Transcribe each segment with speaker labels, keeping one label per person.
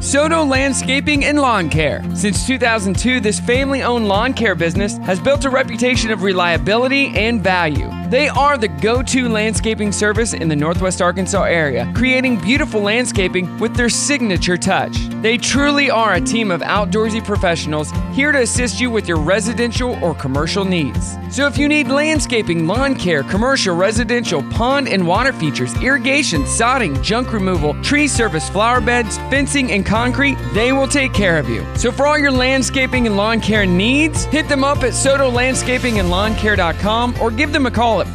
Speaker 1: Soto Landscaping and Lawn Care. Since 2002, this family owned lawn care business has built a reputation of reliability and value. They are the go to landscaping service in the Northwest Arkansas area, creating beautiful landscaping with their signature touch. They truly are a team of outdoorsy professionals here to assist you with your residential or commercial needs. So if you need landscaping, lawn care, commercial, residential, pond and water features, irrigation, sodding, junk removal, tree service, flower beds, fencing, and concrete, they will take care of you. So for all your landscaping and lawn care needs, hit them up at sotolandscapingandlawncare.com or give them a call at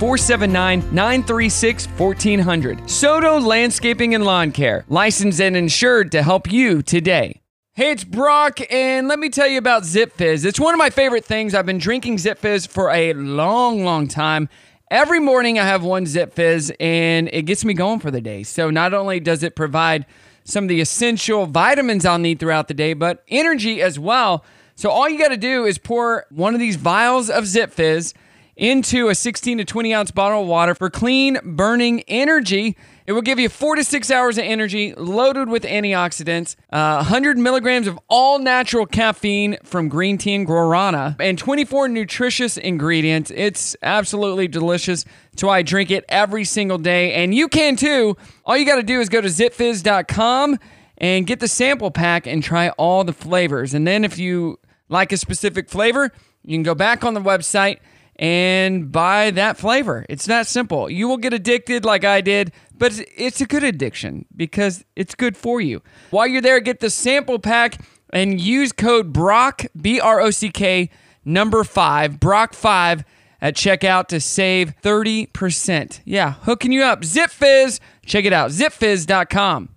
Speaker 1: 479-936-1400. Soto Landscaping and Lawn Care, licensed and insured to help you today. Hey, it's Brock, and let me tell you about Zip Fizz. It's one of my favorite things. I've been drinking Zip Fizz for a long, long time. Every morning I have one Zip Fizz, and it gets me going for the day. So not only does it provide some of the essential vitamins I'll need throughout the day, but energy as well. So all you got to do is pour one of these vials of Zip Fizz into a 16 to 20 ounce bottle of water for clean burning energy. It will give you four to six hours of energy loaded with antioxidants, uh, 100 milligrams of all natural caffeine from green tea and guarana, and 24 nutritious ingredients. It's absolutely delicious. That's why I drink it every single day. And you can too. All you got to do is go to zipfizz.com and get the sample pack and try all the flavors. And then if you like a specific flavor, you can go back on the website and buy that flavor. It's that simple. You will get addicted like I did, but it's- it's a good addiction because it's good for you. While you're there, get the sample pack and use code BROCK, B R O C K, number five, BROCK5 at checkout to save 30%. Yeah, hooking you up. Zip Fizz. Check it out, zipfizz.com.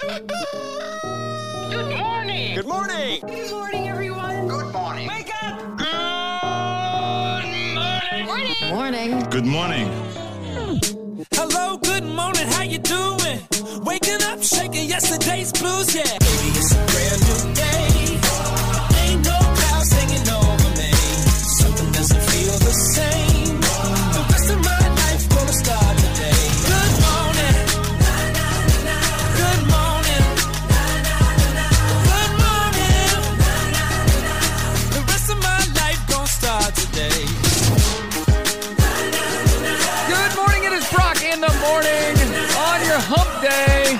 Speaker 2: Good morning. Good morning. Good morning, everyone. Good morning. Wake up. Good morning. Morning. Morning.
Speaker 3: Good morning.
Speaker 4: Hello, good morning, how you doing? Waking up, shaking yesterday's blues, yeah. Baby, it's a brand new day. Ain't no clouds hanging over me. Something doesn't feel the same. The rest of my life gonna start today. Good morning. Good morning. Good morning. The rest of my life gonna start today.
Speaker 1: Good morning. It is Brock in the morning on your hump day.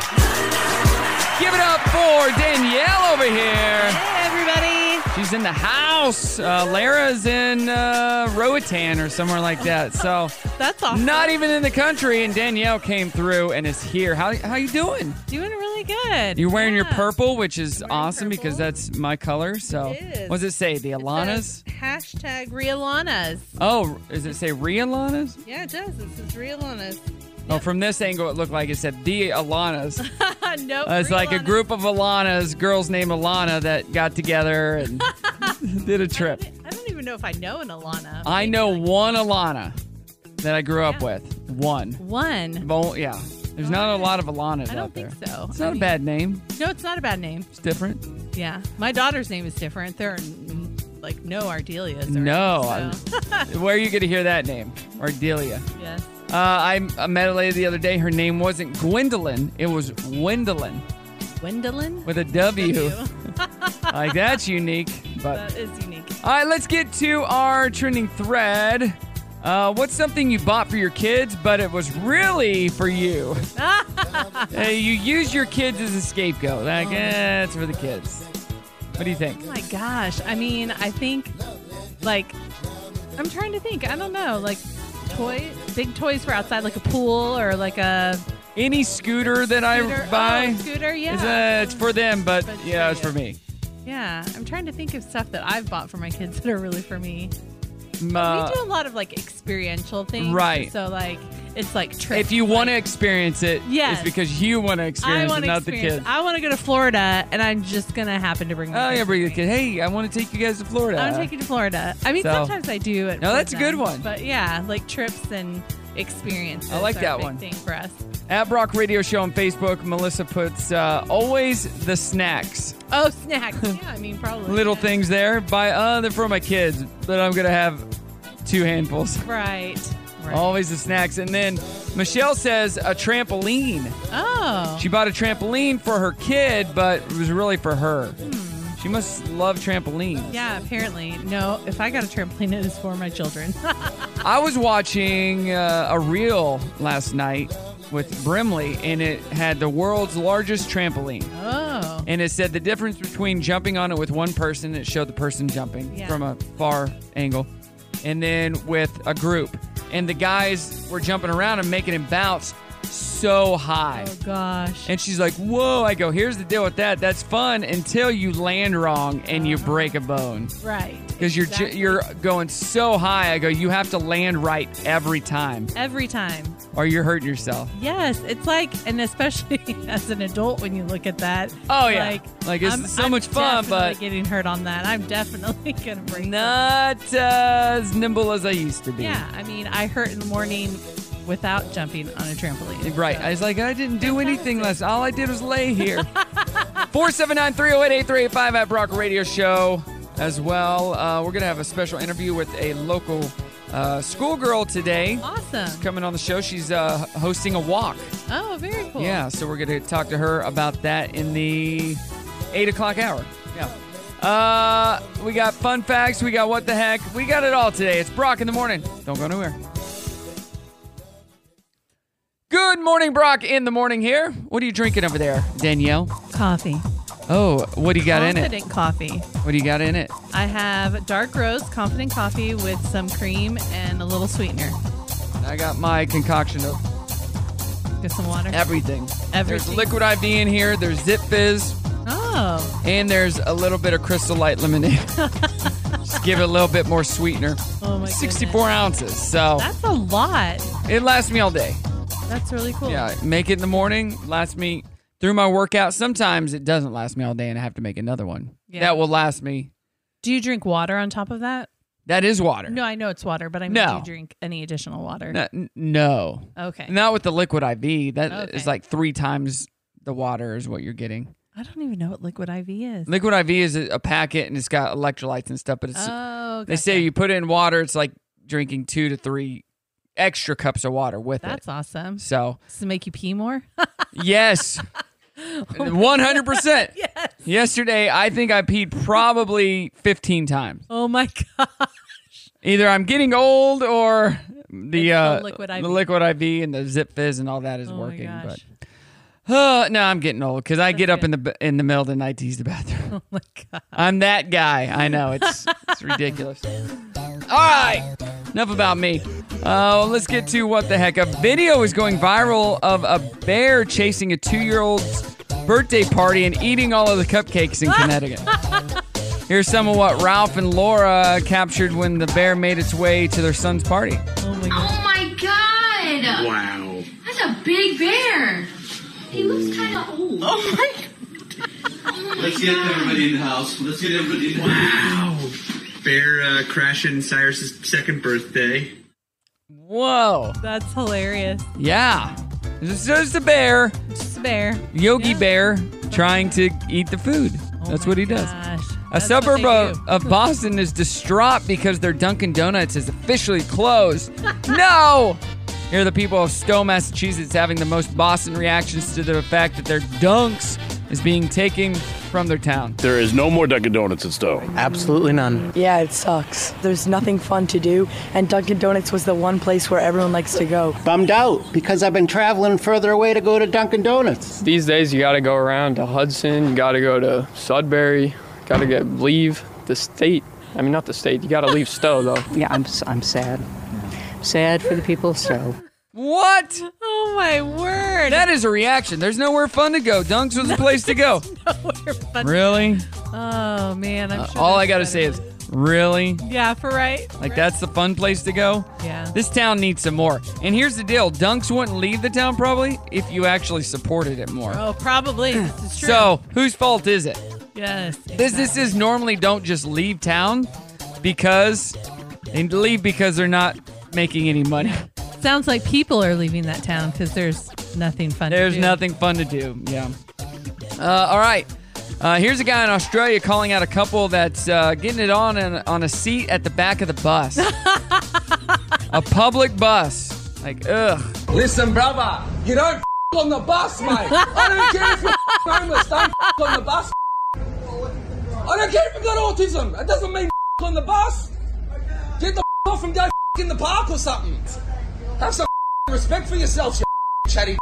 Speaker 1: Give it up for Danielle over here. Hey, everybody. She's in the house. Uh, Lara's in uh, Roatan or somewhere like that. So
Speaker 5: That's awesome.
Speaker 1: not even in the country, and Danielle came through and is here. How how you doing?
Speaker 5: Doing really good.
Speaker 1: e- You're wearing your
Speaker 5: Yeah.
Speaker 1: purple, which is awesome because that's my color. So
Speaker 5: It is.
Speaker 1: what does it say? The Alanas?
Speaker 5: Says Hashtag Rialanas.
Speaker 1: Oh, does it say Rialanas?
Speaker 5: Yeah, it does. It says Rialanas.
Speaker 1: Oh, from this angle, it looked like it said the Alanas.
Speaker 5: no,
Speaker 1: Uh, It's like a
Speaker 5: Rialanas.
Speaker 1: group of Alanas, girls named Alana, that got together and did a trip.
Speaker 5: I don't even know if I know an Alana.
Speaker 1: I know one Alana that I grew up
Speaker 5: Yeah.
Speaker 1: with. One.
Speaker 5: One.
Speaker 1: Well, yeah. There's not a lot of Alanas
Speaker 5: I
Speaker 1: out
Speaker 5: don't
Speaker 1: there.
Speaker 5: think so.
Speaker 1: It's
Speaker 5: I
Speaker 1: not a
Speaker 5: mean-
Speaker 1: bad name.
Speaker 5: No, it's not a bad name.
Speaker 1: It's different.
Speaker 5: Yeah. My daughter's name is different. There are mm, like no Ardelias. Or
Speaker 1: No,
Speaker 5: So,
Speaker 1: Where are you going to hear that name? Ardelia.
Speaker 5: yes.
Speaker 1: Uh, I I met a lady the other day. Her name wasn't Gwendolyn. It was Wendelin
Speaker 5: Gwendolyn?
Speaker 1: with a W.
Speaker 5: W.
Speaker 1: like, that's unique. But
Speaker 5: That is unique.
Speaker 1: All right, let's get to our trending thread. Uh, what's something you bought for your kids, but it was really for you? Uh, you use your kids as a scapegoat. Like, eh, it's for the kids. What do you think?
Speaker 5: Oh my gosh. I mean, I think like I'm trying to think. I don't know. Like toy big toys for outside like a pool or like a
Speaker 1: Any scooter that
Speaker 5: scooter.
Speaker 1: I buy
Speaker 5: Oh, scooter, yeah.
Speaker 1: is uh, it's for them, but
Speaker 5: But it's
Speaker 1: yeah,
Speaker 5: for
Speaker 1: it's for
Speaker 5: you.
Speaker 1: me.
Speaker 5: yeah. I'm trying to think of stuff that I've bought for my kids that are really for me.
Speaker 1: Mm, uh,
Speaker 5: we do a lot of like experiential things.
Speaker 1: right.
Speaker 5: So like it's like trips.
Speaker 1: if you want to
Speaker 5: like,
Speaker 1: experience it, it's
Speaker 5: Yes.
Speaker 1: because you want to
Speaker 5: I
Speaker 1: experience it,
Speaker 5: want to
Speaker 1: not the
Speaker 5: experience.
Speaker 1: kids.
Speaker 5: I want to go to Florida, and I'm just gonna happen to bring. My
Speaker 1: Oh yeah,
Speaker 5: kids
Speaker 1: bring your
Speaker 5: with me.
Speaker 1: kid. Hey, I want to take you guys to Florida.
Speaker 5: I want to take you to Florida. I mean,
Speaker 1: So-
Speaker 5: sometimes I do. At
Speaker 1: No, that's a
Speaker 5: Florida,
Speaker 1: good one.
Speaker 5: But yeah, like trips and experiences.
Speaker 1: I like
Speaker 5: are a
Speaker 1: that
Speaker 5: big
Speaker 1: one.
Speaker 5: Thing for us.
Speaker 1: At Brock Radio Show on Facebook, Melissa puts uh, always the snacks.
Speaker 5: Oh, snacks. yeah, I mean probably
Speaker 1: Little
Speaker 5: yeah.
Speaker 1: things there. By uh, they're for my kids, but I'm gonna have two handfuls.
Speaker 5: Right. Right.
Speaker 1: Always the snacks. And then Michelle says a trampoline.
Speaker 5: Oh.
Speaker 1: She bought a trampoline for her kid, but it was really for her. She must love trampolines.
Speaker 5: yeah, apparently. No, if I got a trampoline, it is for my children.
Speaker 1: I was watching uh, a reel last night with Brimley, and it had the world's largest trampoline.
Speaker 5: oh.
Speaker 1: And it said the difference between jumping on it with one person, it showed the person jumping
Speaker 5: Yeah.
Speaker 1: from a far angle, and then with a group. And the guys were jumping around and making him bounce so high.
Speaker 5: Oh gosh.
Speaker 1: And she's like, Whoa. I go, Here's the deal with that. That's fun until you land wrong and you break a bone.
Speaker 5: right.
Speaker 1: Because you're, ju-
Speaker 5: Uh-huh. Exactly.
Speaker 1: you're going so high. I go, You have to land right every time
Speaker 5: every time.
Speaker 1: or you're hurting yourself.
Speaker 5: Yes, it's like, and especially as an adult, when you look at that.
Speaker 1: Oh, yeah. Like, it's so much fun,
Speaker 5: definitely
Speaker 1: but-
Speaker 5: getting hurt on that, I'm definitely gonna break. something.
Speaker 1: Not as nimble as I used to be.
Speaker 5: Yeah, I mean, I hurt in the morning without jumping on a trampoline.
Speaker 1: Right. I was like, I didn't do anything less. All I did was lay here. 479 308 8385 at Brock Radio Show as well. Uh, we're going to have a special interview with a local uh, schoolgirl today.
Speaker 5: Awesome.
Speaker 1: Coming on the show, she's uh, hosting a walk.
Speaker 5: Oh, very cool.
Speaker 1: Yeah, so we're going to talk to her about that in the 8 o'clock hour. Yeah. Uh, we got fun facts. We got what the heck. We got it all today. It's Brock in the morning. Don't go nowhere. Good morning, Brock in the morning here. What are you drinking over there, Danielle?
Speaker 5: Coffee.
Speaker 1: Oh, what do you got in
Speaker 5: confident
Speaker 1: it?
Speaker 5: coffee.
Speaker 1: What do you got in it?
Speaker 5: I have dark rose confident coffee with some cream and a little sweetener.
Speaker 1: I got my concoction of
Speaker 5: Just some water.
Speaker 1: everything. There's
Speaker 5: Everything.
Speaker 1: liquid IV in here, there's Zip Fizz,
Speaker 5: Oh,
Speaker 1: and there's a little bit of Crystal Light lemonade. Just give it a little bit more sweetener.
Speaker 5: oh my.
Speaker 1: 64
Speaker 5: goodness.
Speaker 1: ounces. So
Speaker 5: That's a lot.
Speaker 1: it lasts me all day.
Speaker 5: That's really cool.
Speaker 1: Yeah, make it in the morning, lasts me through my workout. Sometimes it doesn't last me all day and I have to make another one.
Speaker 5: Yeah.
Speaker 1: That will last me.
Speaker 5: Do you drink water on top of that?
Speaker 1: That is water.
Speaker 5: No, I know it's water, but I mean,
Speaker 1: No.
Speaker 5: do you drink any additional water?
Speaker 1: No. n- no.
Speaker 5: Okay.
Speaker 1: Not with the liquid IV. That is
Speaker 5: Okay.
Speaker 1: like three times the water is what you're getting.
Speaker 5: I don't even know what liquid IV is.
Speaker 1: Liquid IV is a, a packet and it's got electrolytes and stuff, but it's
Speaker 5: oh,
Speaker 1: they say you put it in water, it's like drinking two to three extra cups of water with
Speaker 5: that's
Speaker 1: it.
Speaker 5: awesome.
Speaker 1: So
Speaker 5: Does it make you pee more?
Speaker 1: Yes. 100%. yes. Yesterday, I think I peed probably 15 times.
Speaker 5: oh my god!
Speaker 1: Either I'm getting old or the,
Speaker 5: It's the
Speaker 1: uh,
Speaker 5: liquid
Speaker 1: the
Speaker 5: IV.
Speaker 1: liquid IV and the Zip Fizz and all that is
Speaker 5: Oh
Speaker 1: working.
Speaker 5: my
Speaker 1: But
Speaker 5: gosh!
Speaker 1: uh, no, I'm getting old because I get up
Speaker 5: good.
Speaker 1: in the b- in the middle of the night to use the bathroom.
Speaker 5: Oh my god!
Speaker 1: I'm that guy. I know it's it's ridiculous. All right, enough about me. Uh, let's get to what the heck. A video is going viral of a bear chasing a two-year-old's birthday party and eating all of the cupcakes in Connecticut. Here's some of what Ralph and Laura captured when the bear made its way to their son's party.
Speaker 5: Oh my god!
Speaker 3: Oh my god!
Speaker 6: Wow.
Speaker 3: That's a big bear. He looks kind of old. Oh my!
Speaker 6: Let's get everybody in the house. Let's get everybody in the house. Wow. Bear uh, crashing Cyrus's second birthday.
Speaker 1: Whoa!
Speaker 5: That's hilarious.
Speaker 1: Yeah, this is the bear,
Speaker 5: Just a bear.
Speaker 1: Yogi
Speaker 5: Yeah.
Speaker 1: Bear, trying to eat the food. That's what he
Speaker 5: Oh
Speaker 1: does. A suburb of, of Boston is distraught because their Dunkin' Donuts is officially closed. no! Here are the people of Stowe, Massachusetts having the most Boston reactions to the fact that their Dunks is being taken from their town.
Speaker 7: There is no more Dunkin' Donuts in Stowe.
Speaker 8: Absolutely none.
Speaker 9: Yeah, it sucks. There's nothing fun to do, and Dunkin' Donuts was the one place where everyone likes to go.
Speaker 10: Bummed out because I've been traveling further away to go to Dunkin' Donuts.
Speaker 11: These days, you got to go around to Hudson, you got to go to Sudbury, got to get leave the state. I mean, not the state. You got to leave Stowe though.
Speaker 8: Yeah, I'm, I'm sad. Sad for the people, so.
Speaker 1: What?
Speaker 5: Oh my word!
Speaker 1: That is a reaction. There's nowhere fun to go. Dunks was the place to go. Really?
Speaker 5: oh man! I'm sure
Speaker 1: Uh, All I gotta
Speaker 5: that's better
Speaker 1: say is,
Speaker 5: than-
Speaker 1: really?
Speaker 5: yeah, for right.
Speaker 1: Like, that's the fun place to go?
Speaker 5: Yeah.
Speaker 1: This town needs some more. And here's the deal Dunks wouldn't leave the town probably if you actually supported it more.
Speaker 5: Oh, probably. This is true.
Speaker 1: So, whose fault is it?
Speaker 5: yes,
Speaker 1: This this
Speaker 5: exactly.
Speaker 1: is normally don't just leave town because and leave because they're not making any money.
Speaker 5: Sounds like people are leaving that town because there's nothing fun.
Speaker 1: There's
Speaker 5: to do.
Speaker 1: nothing fun to do. Yeah. Uh, all right. Uh, here's a guy in Australia calling out a couple that's uh, getting it on in, on a seat at the back of the bus. a public bus. Like, ugh.
Speaker 2: Listen, brother, you don't f- on the bus, mate. I don't care if you're f- homeless. Don't f- on the bus. I don't care if you've got autism. It doesn't mean f- on the bus. Get the f- off and go f- in the park or something. Have some f- respect for yourself, you f- chatty.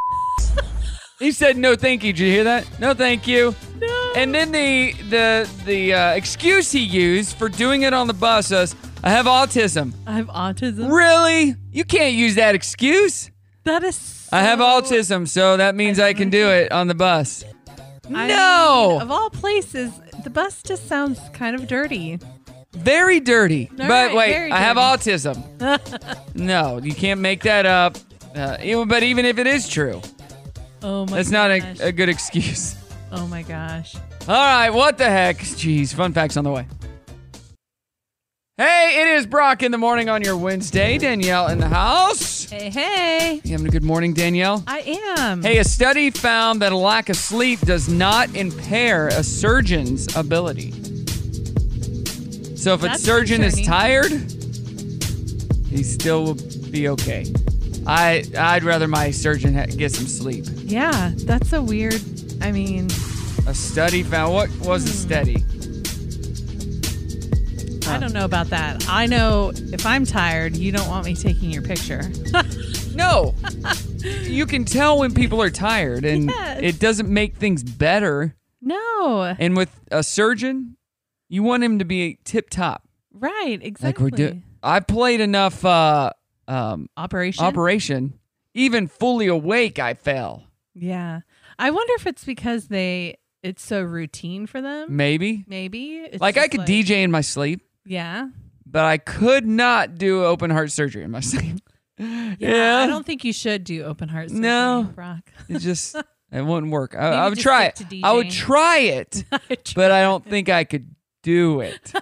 Speaker 1: He said, "No, thank you." Did you hear that? No, thank you. No. And then the the the uh, excuse he used for doing it on the bus was, "I have autism."
Speaker 5: I have autism.
Speaker 1: Really? You can't use that excuse.
Speaker 5: That is.
Speaker 1: I have autism, so that means I can do it on the bus.
Speaker 5: I
Speaker 1: No!
Speaker 5: mean, of all places, the bus just sounds kind of dirty.
Speaker 1: Very dirty.
Speaker 5: All
Speaker 1: but
Speaker 5: right,
Speaker 1: wait,
Speaker 5: very
Speaker 1: I have
Speaker 5: dirty.
Speaker 1: autism. No, you can't make that up. Uh, even- but even if it is true,
Speaker 5: oh my.
Speaker 1: that's
Speaker 5: gosh.
Speaker 1: not a, a good excuse.
Speaker 5: Oh my gosh.
Speaker 1: All right, what the heck? Jeez, fun facts on the way. Hey, it is Brock in the morning on your Wednesday. Danielle in the house.
Speaker 5: Hey hey.
Speaker 1: You having a good morning, Danielle?
Speaker 5: I am.
Speaker 1: Hey, a study found that a lack of sleep does not impair a surgeon's ability. So if
Speaker 5: That's
Speaker 1: a surgeon is
Speaker 5: concerning.
Speaker 1: tired, he still will be okay. I I'd rather my surgeon ha- get some sleep.
Speaker 5: Yeah, that's a weird. I mean,
Speaker 1: A study found what was
Speaker 5: Hmm.
Speaker 1: a study?
Speaker 5: I don't know about that. I know if I'm tired, you don't want me taking your picture.
Speaker 1: No. you can tell when people are tired and
Speaker 5: Yes.
Speaker 1: it doesn't make things better.
Speaker 5: No.
Speaker 1: And with a surgeon, you want him to be tip top.
Speaker 5: Right. Exactly.
Speaker 1: Like we're doing I played enough uh um
Speaker 5: Operation.
Speaker 1: operation. Even fully awake I fell.
Speaker 5: yeah. I wonder if it's because they it's so routine for them.
Speaker 1: Maybe.
Speaker 5: Maybe. It's
Speaker 1: like I
Speaker 5: just
Speaker 1: could DJ in my sleep,
Speaker 5: Yeah.
Speaker 1: but I could not do open heart surgery in my sleep. Yeah.
Speaker 5: I don't think you should do open heart surgery,
Speaker 1: No.
Speaker 5: Brock.
Speaker 1: it just it wouldn't work. I,
Speaker 5: Maybe
Speaker 1: I would
Speaker 5: just
Speaker 1: try it.
Speaker 5: stick to
Speaker 1: I would
Speaker 5: DJing.
Speaker 1: try it, but I don't think I could do it.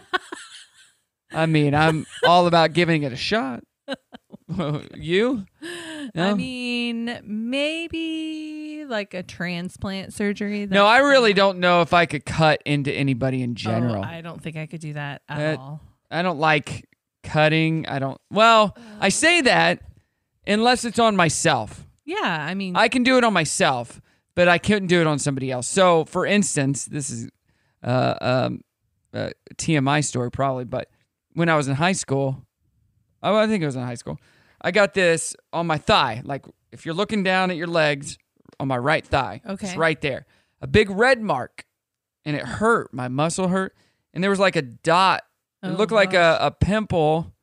Speaker 1: I mean, I'm all about giving it a shot. you?
Speaker 5: I
Speaker 1: No?
Speaker 5: mean, maybe like a transplant surgery. that-
Speaker 1: No, I really don't know if I could cut into anybody in
Speaker 5: Oh,
Speaker 1: general.
Speaker 5: I don't think I could do that at
Speaker 1: That-
Speaker 5: all.
Speaker 1: I don't like cutting. I don't.
Speaker 5: Oh.
Speaker 1: Well, I say that unless it's on myself.
Speaker 5: Yeah, I mean,
Speaker 1: I can do it on myself, but I couldn't do it on somebody else. So, for instance, this is uh, um, a TMI story probably, but when I was in high school, oh, I think it was in high school, I got this on my thigh. Like if you're looking down at your legs on my right thigh, it's
Speaker 5: Okay.
Speaker 1: right there, a big red mark, and it hurt. My muscle hurt, and there was like a dot. It
Speaker 5: Oh,
Speaker 1: looked like a, a pimple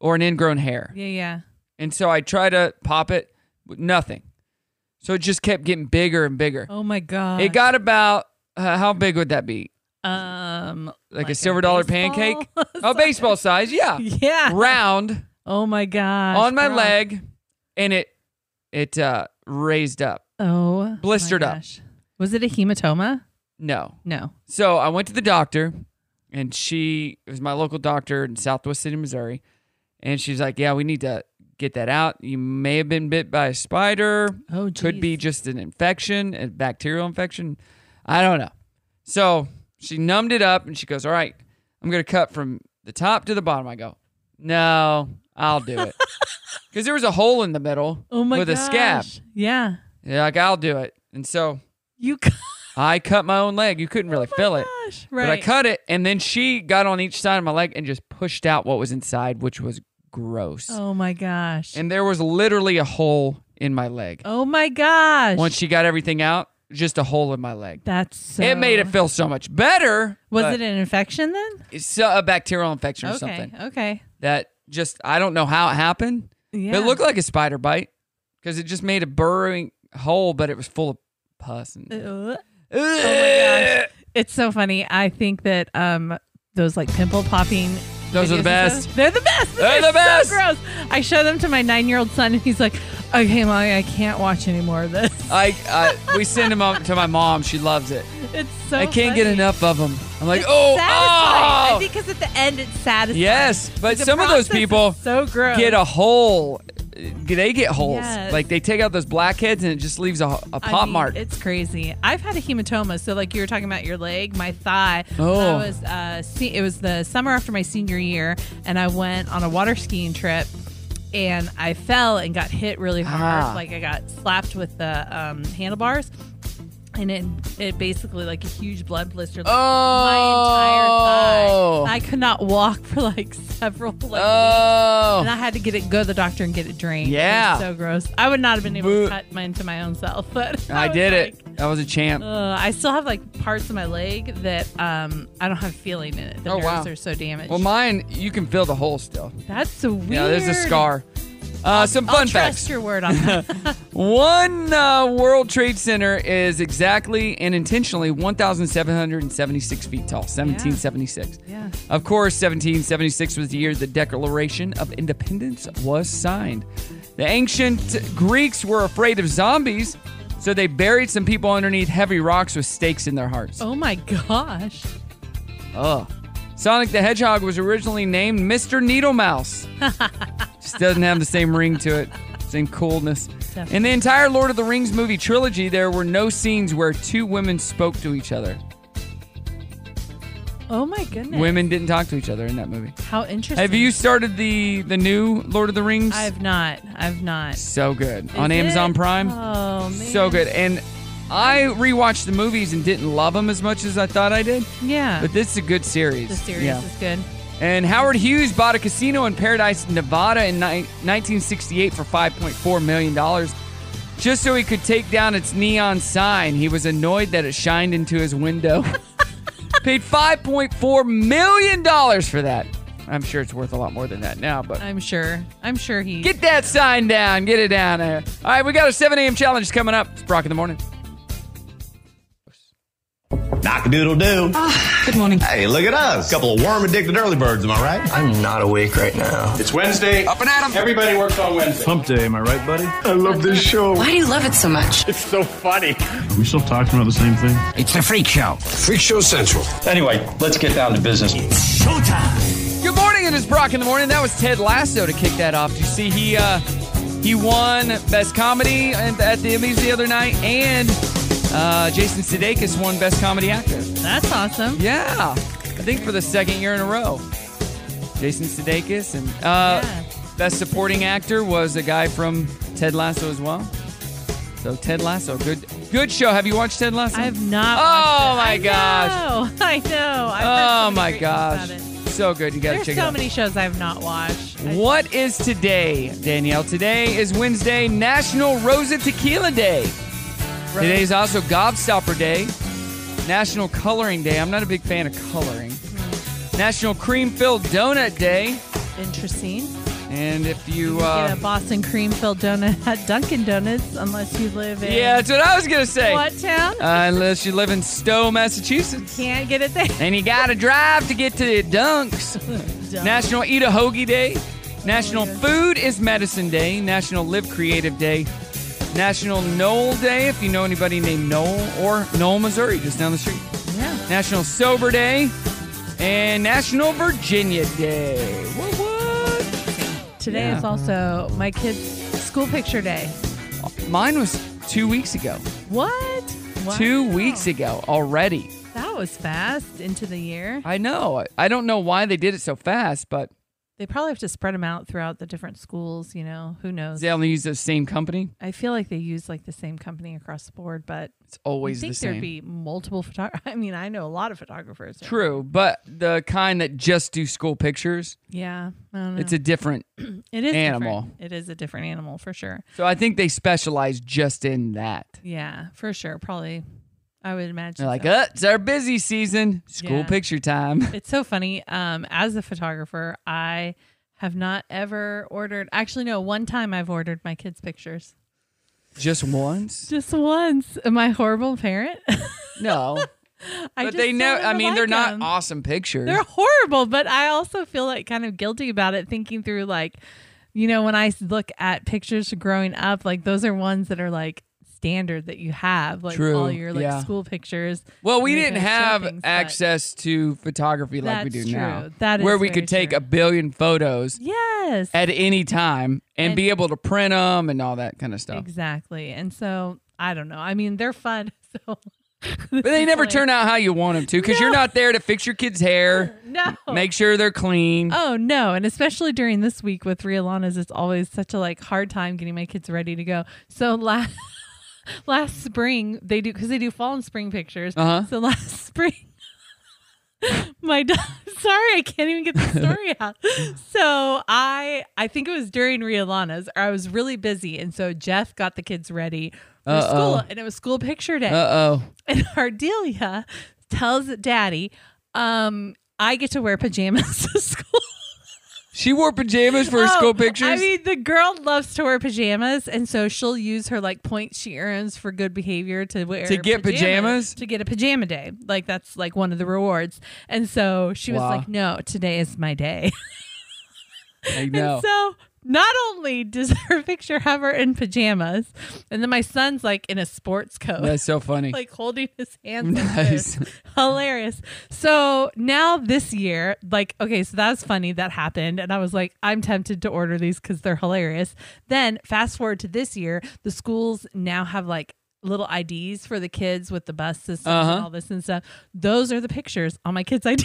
Speaker 1: or an ingrown hair.
Speaker 5: yeah, yeah.
Speaker 1: And so I tried to pop it, but nothing. So it just kept getting bigger and bigger.
Speaker 5: Oh my god.
Speaker 1: it got about uh, how big would that be?
Speaker 5: um
Speaker 1: Like, a silver dollar pancake?
Speaker 5: baseball
Speaker 1: Oh, baseball size, yeah.
Speaker 5: Yeah.
Speaker 1: Round
Speaker 5: Oh my gosh.
Speaker 1: on my
Speaker 5: Brock.
Speaker 1: leg, and it it uh, raised up.
Speaker 5: Oh. my
Speaker 1: Blistered up.
Speaker 5: gosh. Was it a hematoma?
Speaker 1: No,
Speaker 5: No.
Speaker 1: So I went to the doctor, and she it was my local doctor in Southwest City, Missouri, and she's like, "Yeah, we need to get that out. You may have been bit by a spider.
Speaker 5: Oh,
Speaker 1: could be
Speaker 5: geez.
Speaker 1: just an infection, a bacterial infection. I don't know." So she numbed it up, and she goes, "All right, I'm gonna cut from the top to the bottom." I go, "No, I'll do it." Because there was a hole in the middle
Speaker 5: Oh my
Speaker 1: with
Speaker 5: gosh.
Speaker 1: a scab.
Speaker 5: Yeah.
Speaker 1: Yeah, like I'll do it. And so
Speaker 5: You oh gosh.
Speaker 1: I cut my own leg. You couldn't
Speaker 5: Oh
Speaker 1: really feel it.
Speaker 5: Right.
Speaker 1: But I cut it, and then she got on each side of my leg and just pushed out what was inside, which was gross.
Speaker 5: Oh my gosh.
Speaker 1: And there was literally a hole in my leg.
Speaker 5: oh my gosh.
Speaker 1: Once she got everything out, just a hole in my leg.
Speaker 5: That's so
Speaker 1: It made it feel so much better.
Speaker 5: Was it an infection then?
Speaker 1: It's a a bacterial infection or
Speaker 5: okay.
Speaker 1: something
Speaker 5: Okay.
Speaker 1: that just I don't know how it happened.
Speaker 5: Yeah.
Speaker 1: but It looked like a spider bite because it just made a burrowing hole, but it was full of pus. And,
Speaker 5: Ugh. Uh, Oh my gosh. It's so funny. I think that um those like pimple popping
Speaker 1: Those are the
Speaker 5: videos and
Speaker 1: best.
Speaker 5: stuff, They're the best. but
Speaker 1: They're the best.
Speaker 5: So gross. I show them to my nine year old son and he's like, Okay, mommy, I can't watch any more of this.
Speaker 1: I, I we send them up to my mom. She loves it.
Speaker 5: It's so
Speaker 1: I can't get
Speaker 5: funny.
Speaker 1: enough of them. I'm like,
Speaker 5: It's
Speaker 1: oh,
Speaker 5: satisfying.
Speaker 1: oh!
Speaker 5: I think because at the end it's satisfying.
Speaker 1: yes. But
Speaker 5: The
Speaker 1: some of those
Speaker 5: process
Speaker 1: people
Speaker 5: is so gross.
Speaker 1: get a hole they get holes.
Speaker 5: Yes.
Speaker 1: Like they take out those blackheads and it just leaves a, a
Speaker 5: I
Speaker 1: pop
Speaker 5: mean,
Speaker 1: mark.
Speaker 5: It's crazy. I've had a hematoma. So, like you were talking about your leg, my thigh. When
Speaker 1: Oh.
Speaker 5: I was, uh, se- it was the summer after my senior year, and I went on a water skiing trip, and I fell and got hit really hard.
Speaker 12: Ah.
Speaker 5: Like I got slapped with the um, handlebars. And it, it basically like a huge blood blister, like my entire
Speaker 1: Oh.
Speaker 5: thigh. I could not walk for like several. Like, weeks.
Speaker 1: Oh.
Speaker 5: And I had to get it, go to the doctor and get it drained. It was
Speaker 1: Yeah.
Speaker 5: so gross. I would not have been able
Speaker 1: Boo.
Speaker 5: to cut mine to my own self, but
Speaker 1: I
Speaker 5: was
Speaker 1: did
Speaker 5: like,
Speaker 1: it. That was a champ.
Speaker 5: Ugh, I still have like parts of my leg that um I don't have feeling in it. The
Speaker 1: Oh,
Speaker 5: nerves
Speaker 1: wow.
Speaker 5: are so damaged.
Speaker 1: Well, mine, you can feel the hole still.
Speaker 5: That's so weird.
Speaker 1: Yeah, there's a scar. Uh, some fun
Speaker 5: I'll
Speaker 1: facts.
Speaker 5: trust your word on that.
Speaker 1: One uh, World Trade Center is exactly and intentionally 1,776 feet tall, 1776.
Speaker 5: yeah.
Speaker 1: Of course, 1776 was the year the Declaration of Independence was signed. The ancient Greeks were afraid of zombies, so they buried some people underneath heavy rocks with stakes in their hearts.
Speaker 5: Oh my gosh.
Speaker 1: Ugh. Sonic the Hedgehog was originally named Mr. Needle Mouse. Just doesn't have the same ring to it, same coolness.
Speaker 5: Definitely.
Speaker 1: In the entire Lord of the Rings movie trilogy, there were no scenes where two women spoke to each other.
Speaker 5: Oh my goodness.
Speaker 1: Women didn't talk to each other in that movie.
Speaker 5: How interesting.
Speaker 1: Have you started the the new Lord of the Rings?
Speaker 5: I've not. I've not.
Speaker 1: so good on
Speaker 5: Is
Speaker 1: Amazon
Speaker 5: it?
Speaker 1: Prime.
Speaker 5: Oh man.
Speaker 1: So good. And I rewatched the movies and didn't love them as much as I thought I did.
Speaker 5: Yeah.
Speaker 1: But this is a good series.
Speaker 5: the series
Speaker 1: Yeah.
Speaker 5: is good.
Speaker 1: And Howard Hughes bought a casino in Paradise, Nevada in ni- 1968 for $5.4 million just so he could take down its neon sign. He was annoyed that it shined into his window. Paid $5.4 million for that. I'm sure it's worth a lot more than that now, but.
Speaker 5: I'm sure. I'm sure he
Speaker 1: Get that sign down. Get it down there. All right, we got a 7 a.m. challenge coming up. It's Brock in the morning.
Speaker 13: Knock a doodle doo.
Speaker 14: Good morning.
Speaker 13: Hey, look at us. Couple of worm addicted early birds, am I right? I'm not awake right now. It's Wednesday. Up and at 'em. Everybody works on Wednesday. Pump day, am I right, buddy? I love this show.
Speaker 14: Why do you love it so much?
Speaker 13: It's so funny.
Speaker 15: Are we still talking about the same thing?
Speaker 13: It's the Freak Show. Freak Show Central. Anyway, let's get down to business.
Speaker 1: Good morning, it is Brock in the morning. That was Ted Lasso to kick that off. Do you see he uh, he won Best Comedy at at the Emmys the other night, and uh, Jason Sudeikis won Best Comedy Actor.
Speaker 5: That's awesome.
Speaker 1: Yeah, I think for the second year in a row. Jason Sudeikis and uh, Best Supporting Actor was a guy from Ted Lasso as well. So Ted Lasso, good good show. Have you watched Ted Lasso?
Speaker 5: I have not
Speaker 1: Oh
Speaker 5: watched
Speaker 1: my
Speaker 5: it.
Speaker 1: gosh!
Speaker 5: I know. I know. I've heard so
Speaker 1: Oh
Speaker 5: many
Speaker 1: my
Speaker 5: great things about
Speaker 1: gosh!
Speaker 5: it.
Speaker 1: So good. You got to
Speaker 5: There's
Speaker 1: check it
Speaker 5: so
Speaker 1: out.
Speaker 5: many shows I've not watched.
Speaker 1: What is today, Danielle? Today is Wednesday, National Rosa Tequila Day. Today is also Gobstopper Day, National Coloring Day. I'm not a big fan of coloring.
Speaker 5: Hmm.
Speaker 1: National Cream Filled Donut Day.
Speaker 5: Interesting.
Speaker 1: And if you,
Speaker 5: Get
Speaker 1: uh,
Speaker 5: a Boston cream filled donut at Dunkin' Donuts, unless you live in.
Speaker 1: yeah, that's what I was gonna say.
Speaker 5: What town?
Speaker 1: Uh, unless you live in Stowe, Massachusetts,
Speaker 5: Can't get it there.
Speaker 1: and you gotta drive to get to the Dunks. National Eat a Hoagie Day. National Food is Medicine Day. National Live Creative Day. National Knoll Day, if you know anybody named Knoll or Knoll, Missouri, just down the street.
Speaker 5: Yeah.
Speaker 1: National Sober Day. And National Virginia Day. What, what?
Speaker 5: Today
Speaker 1: Yeah.
Speaker 5: is also my kid's school picture day.
Speaker 1: Mine was two weeks ago.
Speaker 5: What? Wow.
Speaker 1: Two weeks ago already.
Speaker 5: That was fast into the year.
Speaker 1: I know. I don't know why they did it so fast, but
Speaker 5: They probably have to spread them out throughout the different schools. You know, who knows?
Speaker 1: they only use the same company.
Speaker 5: I feel like they use like the same company across the board, but
Speaker 1: It's always
Speaker 5: I think
Speaker 1: the same.
Speaker 5: there'd be multiple photographers. I mean, I know a lot of photographers.
Speaker 1: True, but the kind that just do school pictures,
Speaker 5: Yeah, I don't know.
Speaker 1: it's a different
Speaker 5: it is
Speaker 1: animal.
Speaker 5: different. It is a different animal for sure.
Speaker 1: So I think they specialize just in that.
Speaker 5: Yeah, for sure. Probably, I would imagine.
Speaker 1: They're like,
Speaker 5: so.
Speaker 1: uh, it's our busy season, school
Speaker 5: Yeah.
Speaker 1: picture time.
Speaker 5: It's so funny. Um, as a photographer, I have not ever ordered. Actually, no. One time I've ordered my kids' pictures.
Speaker 1: Just once?
Speaker 5: Just once. Am I a horrible parent?
Speaker 1: No. but
Speaker 5: I just
Speaker 1: they
Speaker 5: don't
Speaker 1: know. I
Speaker 5: ever
Speaker 1: mean, they're
Speaker 5: like
Speaker 1: not
Speaker 5: 'em.
Speaker 1: awesome pictures.
Speaker 5: They're horrible, but I also feel like kind of guilty about it, thinking through like, you know, when I s- look at pictures growing up, like those are ones that are like standard that you have, like
Speaker 1: True,
Speaker 5: all your like
Speaker 1: yeah.
Speaker 5: school pictures.
Speaker 1: Well, we
Speaker 5: and your
Speaker 1: didn't
Speaker 5: kinda
Speaker 1: have
Speaker 5: shopping stuff.
Speaker 1: access to photography like we
Speaker 5: That's
Speaker 1: do now,
Speaker 5: true. That is
Speaker 1: where we
Speaker 5: very
Speaker 1: could take a billion photos
Speaker 5: Yes.
Speaker 1: at any time and, be able to print them and all that kind of stuff.
Speaker 5: Exactly. And so I don't know. I mean, they're fun. So
Speaker 1: But they never turn out how you want them to because you're not there to fix your kid's hair,
Speaker 5: no.
Speaker 1: make sure they're clean.
Speaker 5: Oh no, and especially during this week with Rialanas, it's always such a like hard time getting my kids ready to go. So last last spring they do because they do fall and spring pictures.
Speaker 1: Uh-huh.
Speaker 5: So last spring. My da- sorry, I can't even get the story out. So I, I think it was during Rialana's, or I was really busy, and so Jeff got the kids ready for
Speaker 1: Uh-oh.
Speaker 5: school, and it was school picture day.
Speaker 1: Uh oh.
Speaker 5: And Ardelia tells Daddy, um, I get to wear pajamas to school.
Speaker 1: She wore pajamas for her
Speaker 5: Oh,
Speaker 1: school pictures.
Speaker 5: I mean, the girl loves to wear pajamas, and so she'll use her like points she earns for good behavior to wear
Speaker 1: To get pajamas?
Speaker 5: to get a pajama day. Like that's like one of the rewards. And so she was
Speaker 1: Wow.
Speaker 5: like, "No, today is my day."
Speaker 1: I know.
Speaker 5: And so not only does her picture have her in pajamas, and then my son's like in a sports coat.
Speaker 1: That's so funny.
Speaker 5: like holding his hands. like this. Hilarious. So now this year, like, okay, so that was funny. That happened. And I was like, I'm tempted to order these because they're hilarious. Then fast forward to this year, the schools now have like little IDs for the kids with the bus systems and
Speaker 1: Uh-huh.
Speaker 5: all this and stuff. Those are the pictures on my kids' IDs.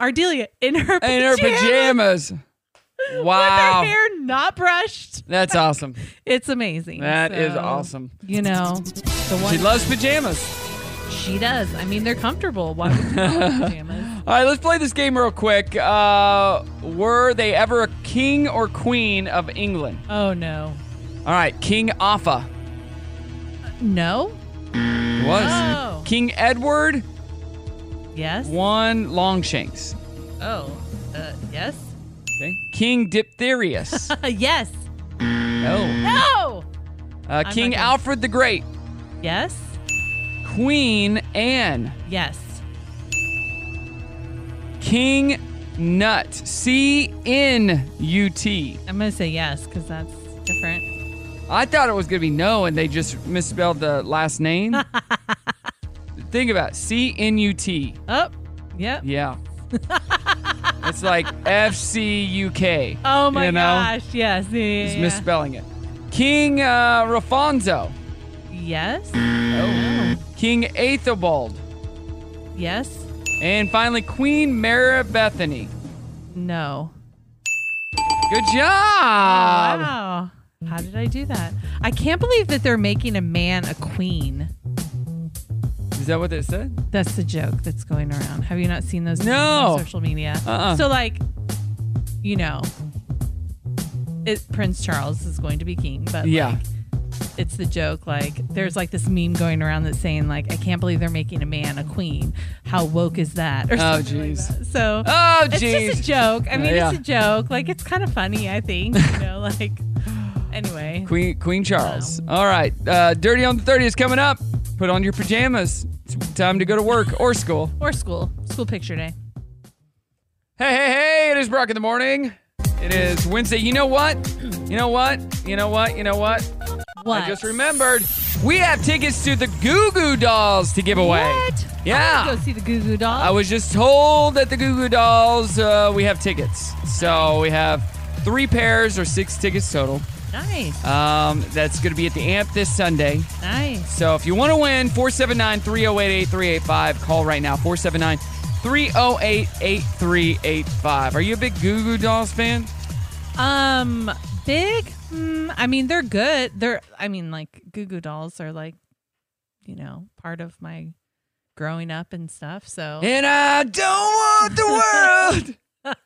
Speaker 5: Ardelia in her
Speaker 1: in her pajamas.
Speaker 5: Her
Speaker 1: Wow.
Speaker 5: hair not brushed.
Speaker 1: That's awesome.
Speaker 5: It's amazing.
Speaker 1: That
Speaker 5: That
Speaker 1: is
Speaker 5: is
Speaker 1: awesome.
Speaker 5: You know, the one
Speaker 1: She loves pajamas.
Speaker 5: she does. I mean, they're comfortable. Why would you not wear pajamas?
Speaker 1: All right, let's play this game real quick. Uh, were they ever a king or queen of England?
Speaker 5: Oh no,
Speaker 1: All right, King Offa
Speaker 5: no.
Speaker 1: was
Speaker 5: Oh.
Speaker 1: King Edward.
Speaker 5: Yes.
Speaker 1: One Longshanks.
Speaker 5: Oh, uh, yes.
Speaker 1: Okay. King Diphtherius.
Speaker 5: Uh, yes.
Speaker 1: no.
Speaker 5: No.
Speaker 1: Uh,
Speaker 5: not
Speaker 1: King
Speaker 5: gonna-
Speaker 1: Alfred the Great.
Speaker 5: Yes.
Speaker 1: Queen Anne.
Speaker 5: Yes.
Speaker 1: King Nut. C N U T.
Speaker 5: I'm gonna say yes because that's different.
Speaker 1: I thought it was gonna be no, and they just misspelled the last name. Think about C N U T.
Speaker 5: Up. Oh, yep.
Speaker 1: Yeah. it's like F C U K.
Speaker 5: Oh my
Speaker 1: you know?
Speaker 5: gosh. Yes. Yeah, yeah,
Speaker 1: Just
Speaker 5: yeah.
Speaker 1: misspelling it. King uh, Rafonso.
Speaker 5: Yes.
Speaker 1: King Aethelbald.
Speaker 5: Yes.
Speaker 1: And finally, Queen Mary Bethany.
Speaker 5: No.
Speaker 1: Good
Speaker 5: Um,
Speaker 1: job.
Speaker 5: wow. How did I do that? I can't believe that they're making a man a queen.
Speaker 1: Is that what it said?
Speaker 5: That's the joke that's going around. Have you not seen those memes
Speaker 1: No.
Speaker 5: on social media?
Speaker 1: Uh-uh.
Speaker 5: So like, you know, it, Prince Charles is going to be king, but
Speaker 1: yeah.
Speaker 5: like, it's the joke. Like, there's like this meme going around that's saying like, I can't believe they're making a man a queen. How woke is that? Or
Speaker 1: oh,
Speaker 5: something like
Speaker 1: jeez.
Speaker 5: that. So
Speaker 1: Oh,
Speaker 5: it's just
Speaker 1: jeez.
Speaker 5: a joke. I mean,
Speaker 1: Yeah.
Speaker 5: it's a joke. Like, it's kind of funny. I think you know. Like, anyway.
Speaker 1: Queen Queen Charles. All right. Uh, Dirty on the 30 is coming up. Put on your pajamas. It's time to go to work or school.
Speaker 5: Or school, school picture day.
Speaker 1: Hey, hey, hey, it is Brock in the morning. It is Wednesday. You know what? You know what? You know what? You know what?
Speaker 5: What?
Speaker 1: I just remembered we have tickets to the Goo Goo Dolls to give away.
Speaker 5: What?
Speaker 1: Yeah.
Speaker 5: I wanna go see the Goo Goo Dolls.
Speaker 1: I was just told that the Goo Goo Dolls, uh, we have tickets. So we have three pairs or six tickets total.
Speaker 5: nice.
Speaker 1: Um, that's going to be at the AMP this Sunday.
Speaker 5: Nice.
Speaker 1: So if you want to win, 479 308 8385. Call right now, 479 308 8385. Are you a big Goo Goo Dolls fan?
Speaker 5: Um, big. Mm, I mean, they're good. They're. I mean, like Goo Goo Dolls are like, you know, part of my growing up and stuff. So
Speaker 1: And I don't want the world.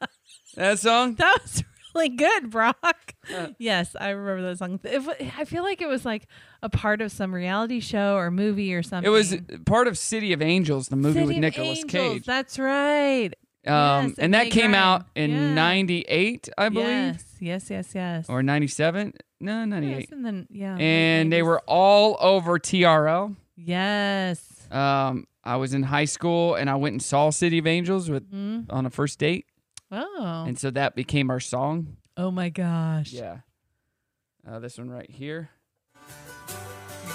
Speaker 1: that song?
Speaker 5: that was really good, Brock.
Speaker 1: Uh.
Speaker 5: yes, I remember that song. It, wa- I feel like it was like a part of some reality show or movie or something.
Speaker 1: It was part of City of Angels, the movie
Speaker 5: City
Speaker 1: with
Speaker 5: of
Speaker 1: Nicolas
Speaker 5: Angels,
Speaker 1: Cage.
Speaker 5: That's right.
Speaker 1: Um,
Speaker 5: Yes,
Speaker 1: and that
Speaker 5: Meg
Speaker 1: came
Speaker 5: Ryan.
Speaker 1: out
Speaker 5: Yeah.
Speaker 1: in 98, I believe,
Speaker 5: Yes, yes, yes, yes.
Speaker 1: or 97. No,
Speaker 5: yes
Speaker 1: 98.
Speaker 5: and then yeah.
Speaker 1: and they were all over TRL.
Speaker 5: Yes.
Speaker 1: Um, I was in high school and I went and saw City of Angels with
Speaker 5: Mm.
Speaker 1: on a first date,
Speaker 5: Oh.
Speaker 1: and so that became our song.
Speaker 5: oh my gosh.
Speaker 1: Yeah, uh, this one right here.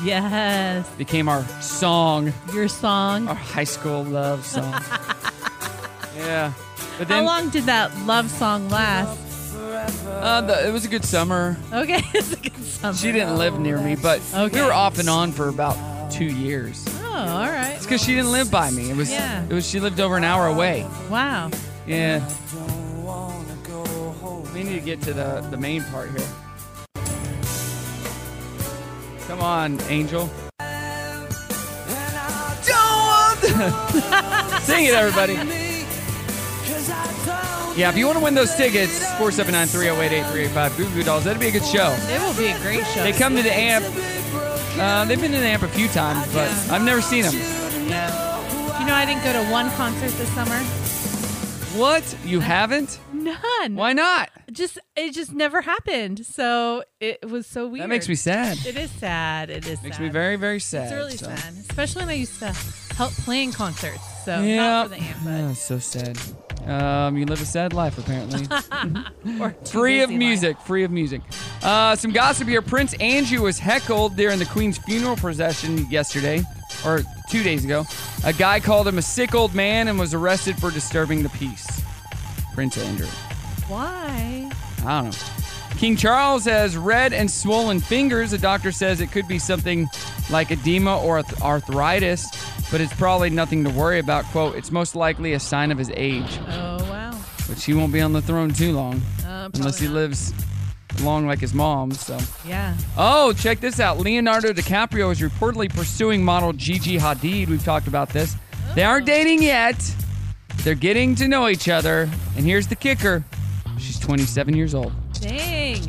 Speaker 5: Yes.
Speaker 1: Became our song.
Speaker 5: Your song.
Speaker 1: Our high school love song. yeah. But
Speaker 5: How
Speaker 1: then
Speaker 5: long did that love song last?
Speaker 1: uh, the, it was a good summer.
Speaker 5: Okay, it's a good summer.
Speaker 1: She didn't live near me, but we
Speaker 5: Okay.
Speaker 1: were off and on for about two years.
Speaker 5: Oh, all right.
Speaker 1: It's because she didn't live by me. It was.
Speaker 5: Yeah.
Speaker 1: It was. She lived over an hour away.
Speaker 5: Wow.
Speaker 1: Yeah. We need to get to the the main part here. Come on, Angel. Sing it, everybody. Yeah, if you want to win those tickets, 479 308 8385 Goo Goo Dolls, that'd be a good show.
Speaker 5: It will be a great show.
Speaker 1: They come to the amp. Uh, they've been to the amp a few times, but I've never seen them.
Speaker 5: You know, I didn't go to one concert this summer.
Speaker 1: What? You haven't?
Speaker 5: None.
Speaker 1: Why not?
Speaker 5: Just it just never happened. So it was so weird.
Speaker 1: makes me sad.
Speaker 5: It is sad. It is.
Speaker 1: Makes
Speaker 5: sad.
Speaker 1: me very, very sad.
Speaker 5: It's really
Speaker 1: so.
Speaker 5: sad, especially when I used to help playing concerts. So
Speaker 1: yeah.
Speaker 5: not for the amp.
Speaker 1: Yeah, so sad. Um, you live a sad life, apparently.
Speaker 5: or
Speaker 1: free of music. Free of music. Uh, some gossip here. Prince Andrew was heckled during the Queen's funeral procession yesterday, or two days ago. A guy called him a sick old man and was arrested for disturbing the peace. Prince Andrew.
Speaker 5: Why?
Speaker 1: I don't know. King Charles has red and swollen fingers. A doctor says it could be something like edema or arth- arthritis, but it's probably nothing to worry about. Quote, it's most likely a sign of his age,
Speaker 5: Oh wow.
Speaker 1: which he won't be on the throne too long.
Speaker 5: Uh,
Speaker 1: unless he lives long like his mom, so.
Speaker 5: Yeah.
Speaker 1: Oh, check this out. Leonardo DiCaprio is reportedly pursuing model Gigi Hadid. We've talked about this. They aren't dating yet. They're getting to know each other. And here's the kicker. She's 27 years old.
Speaker 5: Dang.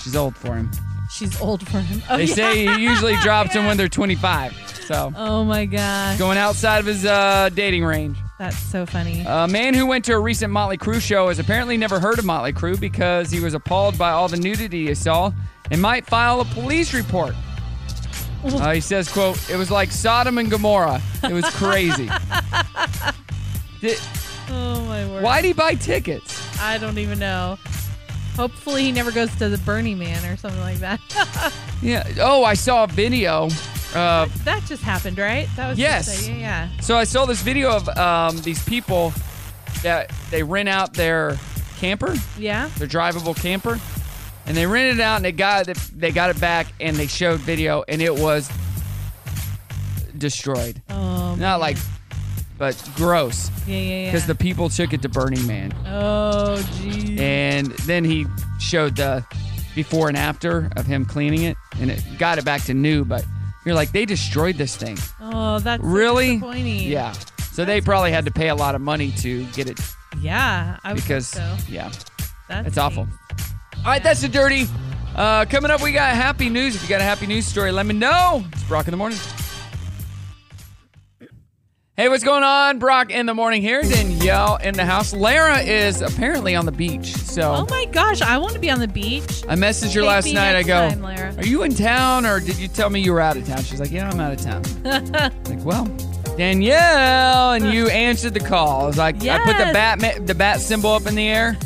Speaker 1: She's old for him.
Speaker 5: She's old for him. Oh,
Speaker 1: they
Speaker 5: yeah.
Speaker 1: say he usually drops them when they're 25. So
Speaker 5: Oh my gosh.
Speaker 1: going outside of his uh, dating range.
Speaker 5: That's so funny.
Speaker 1: A man who went to a recent Motley Crue show has apparently never heard of Motley Crue because he was appalled by all the nudity he saw and might file a police report. Uh, he says, "quote It was like Sodom and Gomorrah. It was crazy. Did,
Speaker 5: Oh my word.
Speaker 1: why'd he buy tickets?
Speaker 5: I don't even know. Hopefully he never goes to the Burning Man or something like that.
Speaker 1: Yeah. Oh, I saw a video of
Speaker 5: that just happened, right? That was
Speaker 1: Yes.
Speaker 5: Just a, yeah,
Speaker 1: So I saw this video of um, these people that they rent out their camper,
Speaker 5: yeah.
Speaker 1: their drivable camper, and they rented it out and they got it, they got it back and they showed video and it was destroyed.
Speaker 5: Yeah. Um,
Speaker 1: Not like, but gross.
Speaker 5: Yeah, yeah, yeah.
Speaker 1: Because the people took it to Burning Man,
Speaker 5: Oh jeez.
Speaker 1: and then he showed the before and after of him cleaning it, and it got it back to new. But you're like, they destroyed this thing.
Speaker 5: Oh, that's so
Speaker 1: Really?
Speaker 5: disappointing.
Speaker 1: Yeah. So they probably had to pay a lot of money to get it
Speaker 5: Yeah. I would think
Speaker 1: because
Speaker 5: so.
Speaker 1: yeah,
Speaker 5: That
Speaker 1: it's awful. All right, that's the dirty. Uh, coming up, we got happy news. If you got a happy news story, let me know. It's Brock in the morning. Hey, what's going on? Brock in the morning here. Danielle in the house. Lara is apparently on the beach. So
Speaker 5: Oh my gosh, I want to be on the beach.
Speaker 1: I messaged her
Speaker 5: Take
Speaker 1: last
Speaker 5: me
Speaker 1: night. I
Speaker 5: next
Speaker 1: go,
Speaker 5: time, Lara.
Speaker 1: Are you in town or did you tell me you were out of town? She's like, Yeah, I'm out of town. Like, well, Danielle, and you answered the call. I was like, I put the
Speaker 5: Yes.
Speaker 1: bat ma- the bat symbol up in the air,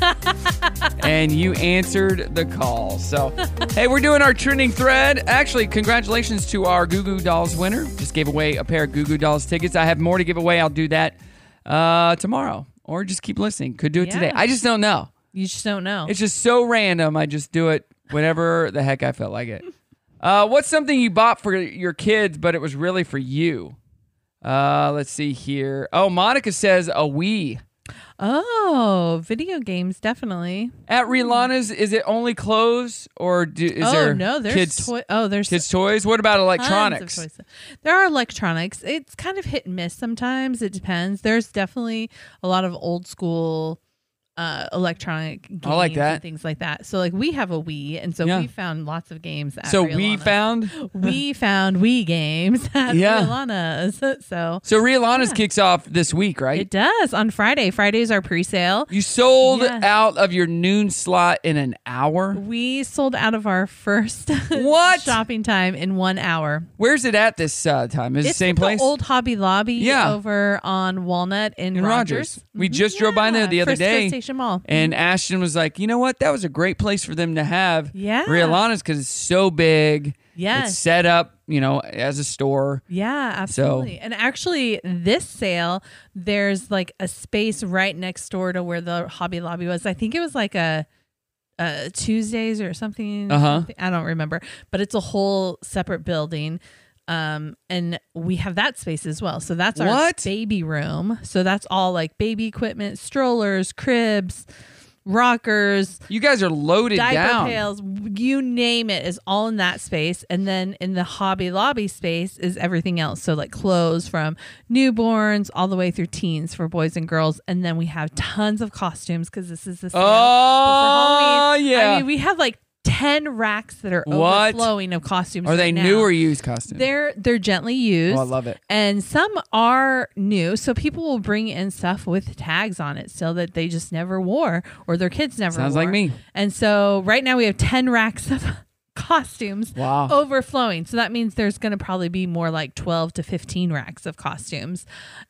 Speaker 1: and you answered the call. So, hey, we're doing our trending thread. Actually, congratulations to our Goo Goo Dolls winner. Just gave away a pair of Goo Goo Dolls tickets. I have more to give away. I'll do that uh, tomorrow, or just keep listening. Could do it today.
Speaker 5: Yeah.
Speaker 1: I just don't know.
Speaker 5: you just don't know.
Speaker 1: It's just so random. I just do it whenever the heck I felt like it. Uh, what's something you bought for your kids, but it was really for you? Uh, let's see here. Oh, Monica says a Wii.
Speaker 5: oh, video games definitely.
Speaker 1: At Relana's, is it only clothes or do, is
Speaker 5: oh
Speaker 1: there
Speaker 5: no, there's
Speaker 1: kids,
Speaker 5: toy. Oh, there's
Speaker 1: kids toys? What about
Speaker 5: Tons of
Speaker 1: electronics?
Speaker 5: choices. There are electronics. It's kind of hit and miss sometimes. It depends. There's definitely a lot of old school uh, electronic games
Speaker 1: I like that.
Speaker 5: and things like that. So like we have a Wii, and so
Speaker 1: Yeah.
Speaker 5: we found lots of games. At
Speaker 1: So we
Speaker 5: Riolana's.
Speaker 1: found.
Speaker 5: we found Wii games at
Speaker 1: Yeah.
Speaker 5: Riolana's. So
Speaker 1: So Riolana's kicks off this week, right?
Speaker 5: it does on Friday. Fridays are pre-sale.
Speaker 1: you sold
Speaker 5: Yeah.
Speaker 1: out of your noon slot in an hour.
Speaker 5: We sold out of our first
Speaker 1: What?
Speaker 5: shopping time in one hour.
Speaker 1: Where's it at this uh, time? Is it the
Speaker 5: It's
Speaker 1: same
Speaker 5: at the
Speaker 1: place?
Speaker 5: old Hobby Lobby
Speaker 1: Yeah.
Speaker 5: over on Walnut in,
Speaker 1: in Rogers.
Speaker 5: Rogers. Mm-hmm.
Speaker 1: We just drove by there the other
Speaker 5: Frisco
Speaker 1: day.
Speaker 5: them all.
Speaker 1: And Ashton was like, you know what? That was a great place for them to have
Speaker 5: Yeah.
Speaker 1: Rialana's because it's so big.
Speaker 5: Yes.
Speaker 1: It's set up, you know, as a store.
Speaker 5: Yeah, absolutely. And actually, this sale, there's like a space right next door to where the Hobby Lobby was. I think it was like a, a Tuesdays or something.
Speaker 1: Uh-huh.
Speaker 5: something- I don't remember, but it's a whole separate building. Um, and we have that space as well. So that's our
Speaker 1: What?
Speaker 5: baby room. So that's all like baby equipment, strollers, cribs, rockers,
Speaker 1: You guys are loaded
Speaker 5: diaper
Speaker 1: down.
Speaker 5: pails, you name it, is all in that space. And then in the Hobby Lobby space is everything else. So like clothes from newborns all the way through teens for boys and girls. And then we have tons of costumes because this is the sale.
Speaker 1: Oh,
Speaker 5: But for Halloween,
Speaker 1: yeah.
Speaker 5: I mean, we have like ten racks that are
Speaker 1: What?
Speaker 5: overflowing of costumes.
Speaker 1: Are they
Speaker 5: right
Speaker 1: new
Speaker 5: now.
Speaker 1: or used costumes?
Speaker 5: They're they're gently used.
Speaker 1: Oh, I love it.
Speaker 5: And some are new, so people will bring in stuff with tags on it, so that they just never wore or their kids never.
Speaker 1: Sounds like
Speaker 5: wore.
Speaker 1: me.
Speaker 5: And so right now we have ten racks of costumes
Speaker 1: Wow.
Speaker 5: overflowing. So that means there's going to probably be more like twelve to fifteen racks of costumes,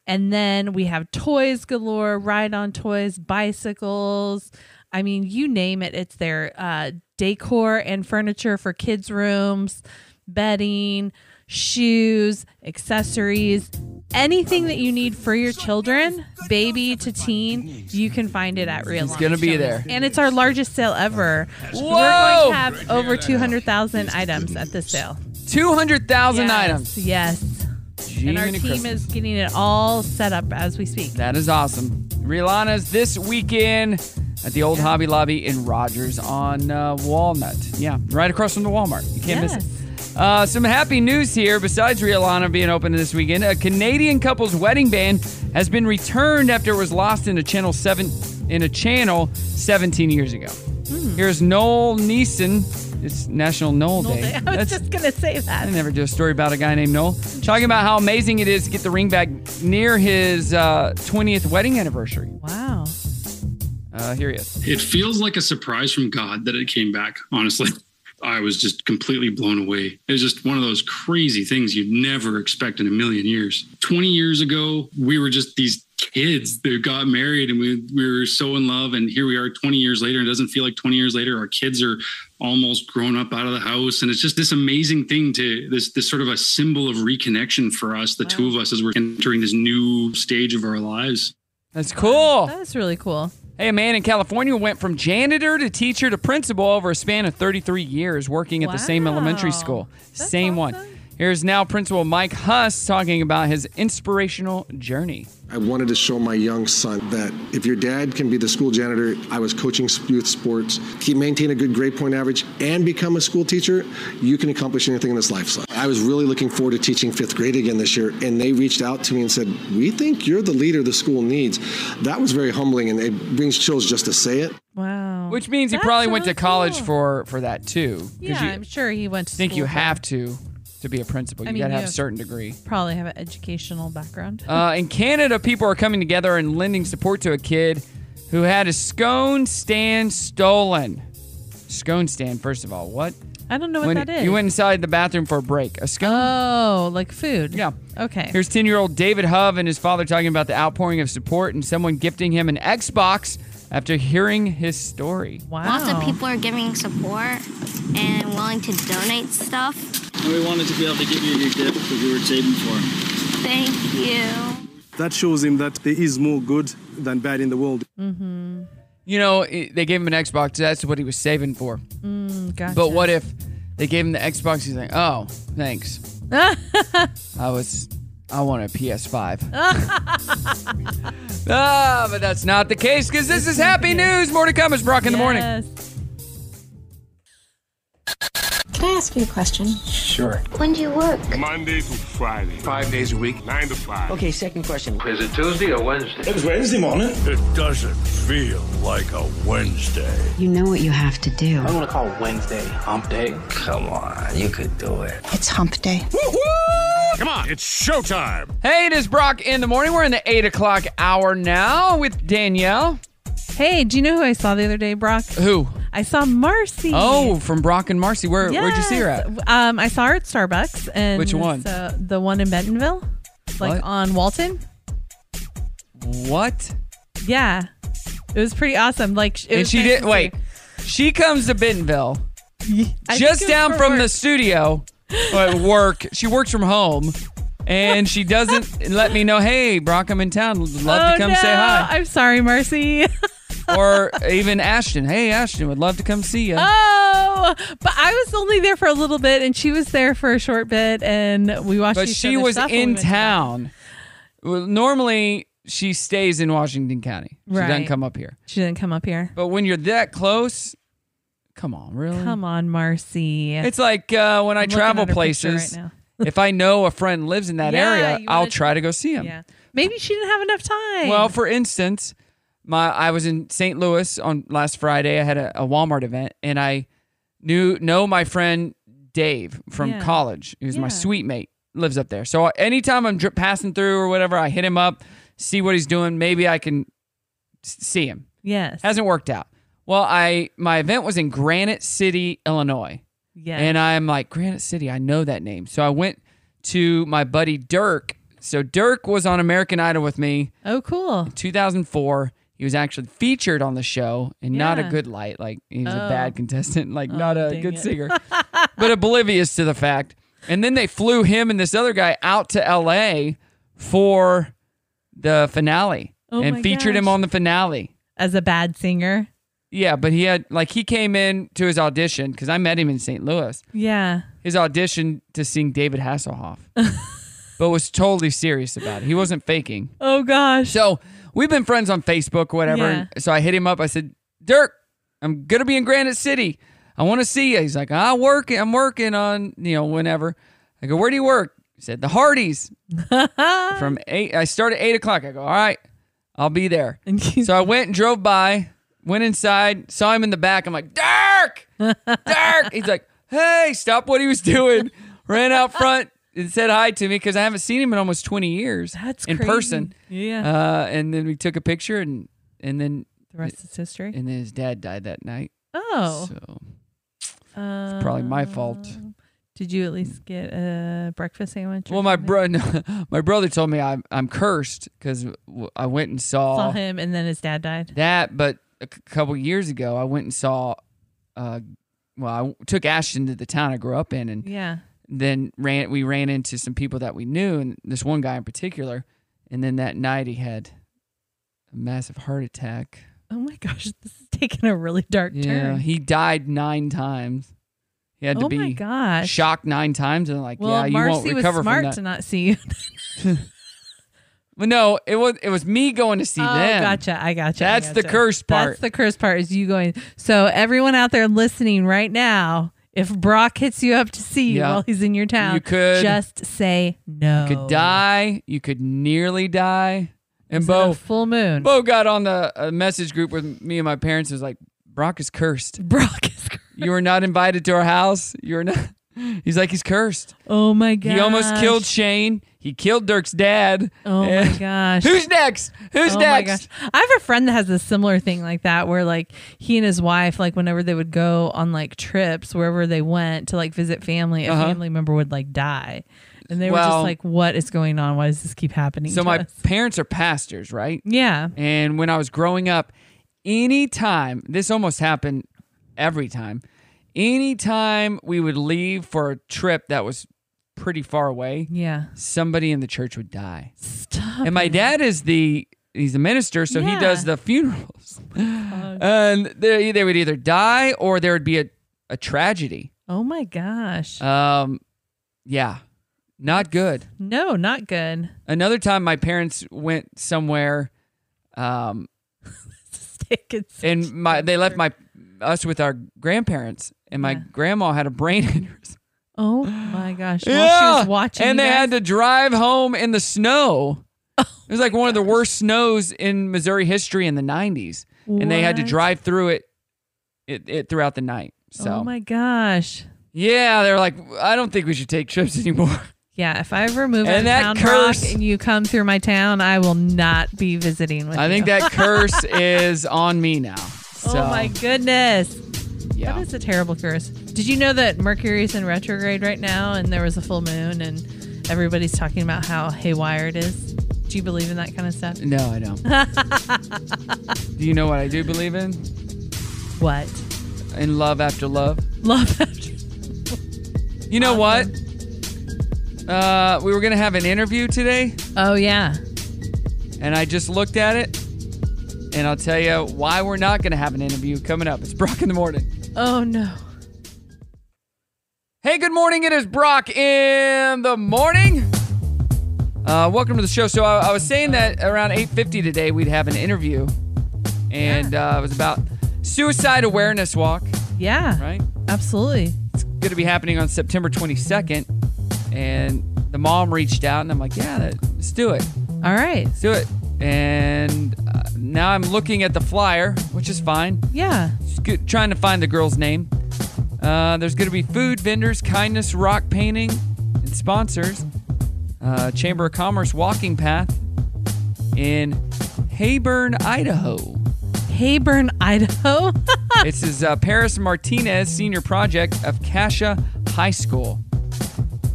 Speaker 5: and then we have toys galore, ride-on toys, bicycles. I mean, you name it, it's there. Uh, decor and furniture for kids' rooms, bedding, shoes, accessories, anything that you need for your children, baby to teen, you can find it at Real.
Speaker 1: He's gonna be there.
Speaker 5: And it's our largest sale ever. We're
Speaker 1: Whoa!
Speaker 5: going to have over 200,000 items at this sale.
Speaker 1: 200,000
Speaker 5: Yes,
Speaker 1: items.
Speaker 5: Yes. and our
Speaker 1: Jiminy
Speaker 5: team
Speaker 1: Christmas.
Speaker 5: is getting it all set up as we speak.
Speaker 1: That is awesome. Rialana's this weekend at the old Hobby Lobby in Rogers on uh, Walnut. Yeah, right across from the Walmart. You can't miss it. Uh, some happy news here. Besides Rialana being open this weekend, a Canadian couple's wedding band has been returned after it was lost in a channel seven in a channel 17 years ago.
Speaker 5: Hmm.
Speaker 1: Here's Noel Neeson. It's National Noel,
Speaker 5: I
Speaker 1: Day.
Speaker 5: was
Speaker 1: That's-
Speaker 5: just going to say
Speaker 1: I
Speaker 5: that.
Speaker 1: never do a story about a guy named Noel. Talking about how amazing it is to get the ring back near his uh, 20th wedding anniversary.
Speaker 5: Wow.
Speaker 1: Uh, here he is.
Speaker 12: It feels like a surprise from God that it came back, honestly. I was just completely blown away. It was just one of those crazy things you'd never expect in a million years. 20 years ago, we were just these kids that got married and we, we were so in love. And here we are 20 years later. And it doesn't feel like 20 years later. Our kids are almost grown up out of the house. And it's just this amazing thing to this, this sort of a symbol of reconnection for us, the two of us, as we're entering this new stage of our lives.
Speaker 1: That's cool.
Speaker 5: That's really cool.
Speaker 1: Hey, a man in California went from janitor to teacher to principal over a span of 33 years working at the same elementary school. same one. Here's now Principal Mike Huss talking about his inspirational journey.
Speaker 16: I wanted to show my young son that if your dad can be the school janitor, I was coaching youth sports, he maintained a good grade point average, and become a school teacher, you can accomplish anything in this life. So I was really looking forward to teaching fifth grade again this year, and they reached out to me and said, We think you're the leader the school needs. That was very humbling, and it brings chills just to say it.
Speaker 5: Wow.
Speaker 1: Which means he probably went to college for for that too. 'cause
Speaker 5: Yeah,
Speaker 1: you
Speaker 5: I'm sure he went to
Speaker 1: think
Speaker 5: school
Speaker 1: you
Speaker 5: for-
Speaker 1: have to to be a principal.
Speaker 5: I
Speaker 1: You
Speaker 5: mean,
Speaker 1: got to
Speaker 5: you
Speaker 1: have a
Speaker 5: have-
Speaker 1: certain degree.
Speaker 5: Probably have an educational background.
Speaker 1: Uh, in Canada, people are coming together and lending support to a kid who had a scone stand stolen. Scone stand, first of all, what?
Speaker 5: I don't know what
Speaker 1: When
Speaker 5: that is.
Speaker 1: You went inside the bathroom for a break. A scone.
Speaker 5: Oh, like food.
Speaker 1: Yeah.
Speaker 5: Okay.
Speaker 1: Here's 10 year old David Hove and his father talking about the outpouring of support and someone gifting him an Xbox after hearing his story.
Speaker 17: Lots of people are giving support and willing to donate stuff.
Speaker 18: We wanted to be able to give you your gift that you were saving for.
Speaker 17: Thank you.
Speaker 18: That shows him that there is more good than bad in the world.
Speaker 1: You know, it- they gave him an Xbox. That's what he was saving for.
Speaker 5: Mm, gotcha.
Speaker 1: But what if they gave him the Xbox? He's like, oh, thanks. I was, I want a PS5. ah, but that's not the case because this is happy news. More to come is Brock in the morning.
Speaker 14: Can I ask you a question?
Speaker 19: Sure.
Speaker 14: When do you work?
Speaker 19: Monday to Friday. Five days a week. Nine to five.
Speaker 14: Okay, second question.
Speaker 19: Is it Tuesday or Wednesday? It's Wednesday morning. It doesn't feel like a Wednesday.
Speaker 14: You know what you have to do.
Speaker 19: want to call Wednesday hump day. Come on, you could do it.
Speaker 14: It's hump day.
Speaker 1: Come on, it's showtime. Hey, it is Brock in the morning. We're in the eight o'clock hour now with Danielle.
Speaker 5: Hey, do you know who I saw the other day, Brock?
Speaker 1: Who?
Speaker 5: I saw Marcy.
Speaker 1: Oh, from Brock and Marcy. Where, where'd you see her at?
Speaker 5: Um, I saw her at Starbucks. And
Speaker 1: Which one?
Speaker 5: so- the one in Bentonville,
Speaker 1: What?
Speaker 5: like on Walton.
Speaker 1: What?
Speaker 5: Yeah. It was pretty awesome. Like, it
Speaker 1: and
Speaker 5: was
Speaker 1: she
Speaker 5: nice
Speaker 1: did.
Speaker 5: to see.
Speaker 1: Wait, she comes to Bentonville,
Speaker 5: I think it
Speaker 1: just
Speaker 5: was
Speaker 1: down
Speaker 5: for
Speaker 1: from
Speaker 5: work.
Speaker 1: the studio, at work. She works from home, and she doesn't let me know. Hey, Brock, I'm in town. Would love
Speaker 5: Oh,
Speaker 1: to come say
Speaker 5: no.
Speaker 1: hi.
Speaker 5: I'm sorry, Marcy.
Speaker 1: or even Ashton. Hey, Ashton, would love to come see you.
Speaker 5: Oh, but I was only there for a little bit, and she was there for a short bit, and we watched.
Speaker 1: but
Speaker 5: each
Speaker 1: she
Speaker 5: other's
Speaker 1: was
Speaker 5: stuff when we
Speaker 1: in
Speaker 5: went to bed.
Speaker 1: town. Well, normally she stays in Washington County. She doesn't
Speaker 5: Right.
Speaker 1: come up here.
Speaker 5: She didn't come up here.
Speaker 1: But when you're that close, come on, really?
Speaker 5: Come on, Marcy.
Speaker 1: Um, It's like uh, when I
Speaker 5: I'm looking
Speaker 1: travel
Speaker 5: at her picture
Speaker 1: places.
Speaker 5: right now.
Speaker 1: if I know a friend lives in that
Speaker 5: Yeah,
Speaker 1: area,
Speaker 5: you
Speaker 1: I'll
Speaker 5: wanna-
Speaker 1: try to go see him.
Speaker 5: Yeah. Maybe she didn't have enough time.
Speaker 1: Well, for instance, my I was in St. Louis on last Friday. I had a, a Walmart event, and I knew know my friend Dave from
Speaker 5: Yeah.
Speaker 1: college. He was
Speaker 5: Yeah.
Speaker 1: my sweet mate. Lives up there. So I- anytime I'm dri passing through or whatever, I hit him up, see what he's doing. Maybe I can s- see him.
Speaker 5: Yes.
Speaker 1: Hasn't worked out. Well, I my event was in Granite City, Illinois.
Speaker 5: Yes.
Speaker 1: And I'm like, Granite City, I know that name. So I went to my buddy Dirk. So Dirk was on American Idol with me.
Speaker 5: Oh, cool.
Speaker 1: In 2004. He was actually featured on the show and not a
Speaker 5: Yeah.
Speaker 1: good light. Like, he was
Speaker 5: Oh.
Speaker 1: a bad contestant, like,
Speaker 5: Oh,
Speaker 1: not a
Speaker 5: dang
Speaker 1: good
Speaker 5: it.
Speaker 1: singer, but oblivious to the fact. And then they flew him and this other guy out to LA for the finale
Speaker 5: Oh
Speaker 1: and
Speaker 5: my
Speaker 1: featured him
Speaker 5: gosh.
Speaker 1: on the finale.
Speaker 5: As a bad singer.
Speaker 1: Yeah, but he had like he came in to his audition because I met him in St. Louis.
Speaker 5: Yeah.
Speaker 1: His audition to sing David Hasselhoff, but was totally serious about it. He wasn't faking.
Speaker 5: Oh gosh.
Speaker 1: So we've been friends on Facebook, whatever.
Speaker 5: Yeah.
Speaker 1: So I hit him up. I said, Dirk, I'm gonna be in Granite City. I want to see you. He's like, I work. I'm working on you know whenever. I go, where do you work? He said, the Hardys. From eight, I start at eight o'clock. I go, all right, I'll be there. so I went and drove by, went inside, saw him in the back. I'm like, Dirk, Dirk. He's like, hey, stop what he was doing. Ran out front and said hi to me because I haven't seen him in almost 20 years
Speaker 5: That's
Speaker 1: in
Speaker 5: crazy.
Speaker 1: person.
Speaker 5: Yeah.
Speaker 1: Uh, and then we took a picture and and then
Speaker 5: The rest is history.
Speaker 1: And then his dad died that night.
Speaker 5: Oh.
Speaker 1: So
Speaker 5: Uh,
Speaker 1: probably my fault.
Speaker 5: Did you at least get a breakfast sandwich? or
Speaker 1: Well, my
Speaker 5: something?
Speaker 1: bro, my brother told me I'm I'm cursed because I went and
Speaker 5: saw him, and then his dad died.
Speaker 1: That, but a c- couple years ago, I went and saw. Uh, well, I w- took Ashton to the town I grew up in, and
Speaker 5: Yeah.
Speaker 1: then ran. We ran into some people that we knew, and this one guy in particular. And then that night, he had a massive heart attack.
Speaker 5: Oh my gosh, this is taking a really dark
Speaker 1: Yeah,
Speaker 5: turn.
Speaker 1: he died nine times. He had
Speaker 5: Oh
Speaker 1: to be
Speaker 5: my gosh.
Speaker 1: shocked nine times, and like,
Speaker 5: well,
Speaker 1: yeah, you
Speaker 5: Marcy
Speaker 1: won't recover
Speaker 5: was smart
Speaker 1: from that.
Speaker 5: to not see you.
Speaker 1: Well, no, it was it was me going to see
Speaker 5: oh,
Speaker 1: them.
Speaker 5: gotcha. I gotcha. I
Speaker 1: That's the
Speaker 5: gotcha.
Speaker 1: cursed part.
Speaker 5: That's the cursed part is you going. So everyone out there listening right now, if Brock hits you up to see you
Speaker 1: Yeah.
Speaker 5: while he's in your town,
Speaker 1: You could-
Speaker 5: just say no.
Speaker 1: You could die. You could nearly die. And Bo,
Speaker 5: full moon.
Speaker 1: Bo got on the uh, message group with me and my parents. and Was like, Brock is cursed.
Speaker 5: Brock is cursed.
Speaker 1: You are not invited to our house. You are not. He's like, he's cursed.
Speaker 5: Oh my god.
Speaker 1: He almost killed Shane. He killed Dirk's dad.
Speaker 5: Oh my
Speaker 1: And-
Speaker 5: gosh.
Speaker 1: Who's next? Who's
Speaker 5: Oh my
Speaker 1: next?
Speaker 5: gosh. I have a friend that has a similar thing like that where like he and his wife, like whenever they would go on like trips wherever they went to like visit family, a
Speaker 1: Uh-huh.
Speaker 5: family member would like die. And they were just
Speaker 1: Well-
Speaker 5: like, What is going on? Why does this keep happening?
Speaker 1: So
Speaker 5: to
Speaker 1: my
Speaker 5: us?
Speaker 1: parents are pastors, right?
Speaker 5: Yeah.
Speaker 1: And when I was growing up, any time this almost happened every time, anytime we would leave for a trip that was pretty far away,
Speaker 5: Yeah.
Speaker 1: somebody in the church would die.
Speaker 5: Stop.
Speaker 1: And my dad is the he's the minister, so he does the funerals. And they they would either die or there would be a, a tragedy.
Speaker 5: Oh my gosh.
Speaker 1: Um yeah. Not good.
Speaker 5: No, not good.
Speaker 1: Another time, my parents went somewhere, um, and my they left my us with our grandparents, and my grandma had a brain aneurysm.
Speaker 5: Oh my gosh. While she was watching
Speaker 1: and
Speaker 5: you
Speaker 1: they
Speaker 5: guys- Oh
Speaker 1: had to drive home in the snow. It was like one of the worst snows in Missouri history in the '90s, and they had to
Speaker 5: What?
Speaker 1: drive through it, it, it throughout the night. So,
Speaker 5: Oh my gosh.
Speaker 1: yeah, they're like, I don't think we should take trips anymore.
Speaker 5: Yeah, if I ever move
Speaker 1: And
Speaker 5: out
Speaker 1: that
Speaker 5: of town,
Speaker 1: curse-
Speaker 5: Rock, and you come through my town, I will not be visiting with
Speaker 1: I
Speaker 5: you.
Speaker 1: think that curse is on me now. So.
Speaker 5: Oh my goodness.
Speaker 1: Yeah.
Speaker 5: That is a terrible curse. Did you know that Mercury's in retrograde right now and there was a full moon and everybody's talking about how haywire it is? Do you believe in that kind of stuff?
Speaker 1: No, I don't. do you know what I do believe in?
Speaker 5: What?
Speaker 1: In love after love.
Speaker 5: Love
Speaker 1: after. You know what? Uh, we were gonna have an interview today.
Speaker 5: Oh yeah.
Speaker 1: And I just looked at it, and I'll tell you why we're not gonna have an interview coming up. It's Brock in the morning.
Speaker 5: Oh no.
Speaker 1: Hey, good morning. It is Brock in the morning. Uh, welcome to the show. So I, I was saying that around 8:50 today we'd have an interview, and uh, it was about suicide awareness walk.
Speaker 5: Yeah.
Speaker 1: Right.
Speaker 5: Absolutely.
Speaker 1: It's going to be happening on September 22nd, and the mom reached out, and I'm like, yeah, that, let's do it.
Speaker 5: All right.
Speaker 1: Let's do it. And uh, now I'm looking at the flyer, which is fine.
Speaker 5: Yeah.
Speaker 1: Just good, trying to find the girl's name. Uh, there's going to be food vendors, kindness, rock painting, and sponsors. Uh, Chamber of Commerce walking path in Hayburn, Idaho.
Speaker 5: Hayburn, Idaho.
Speaker 1: this is uh, Paris Martinez Senior Project of Casha High School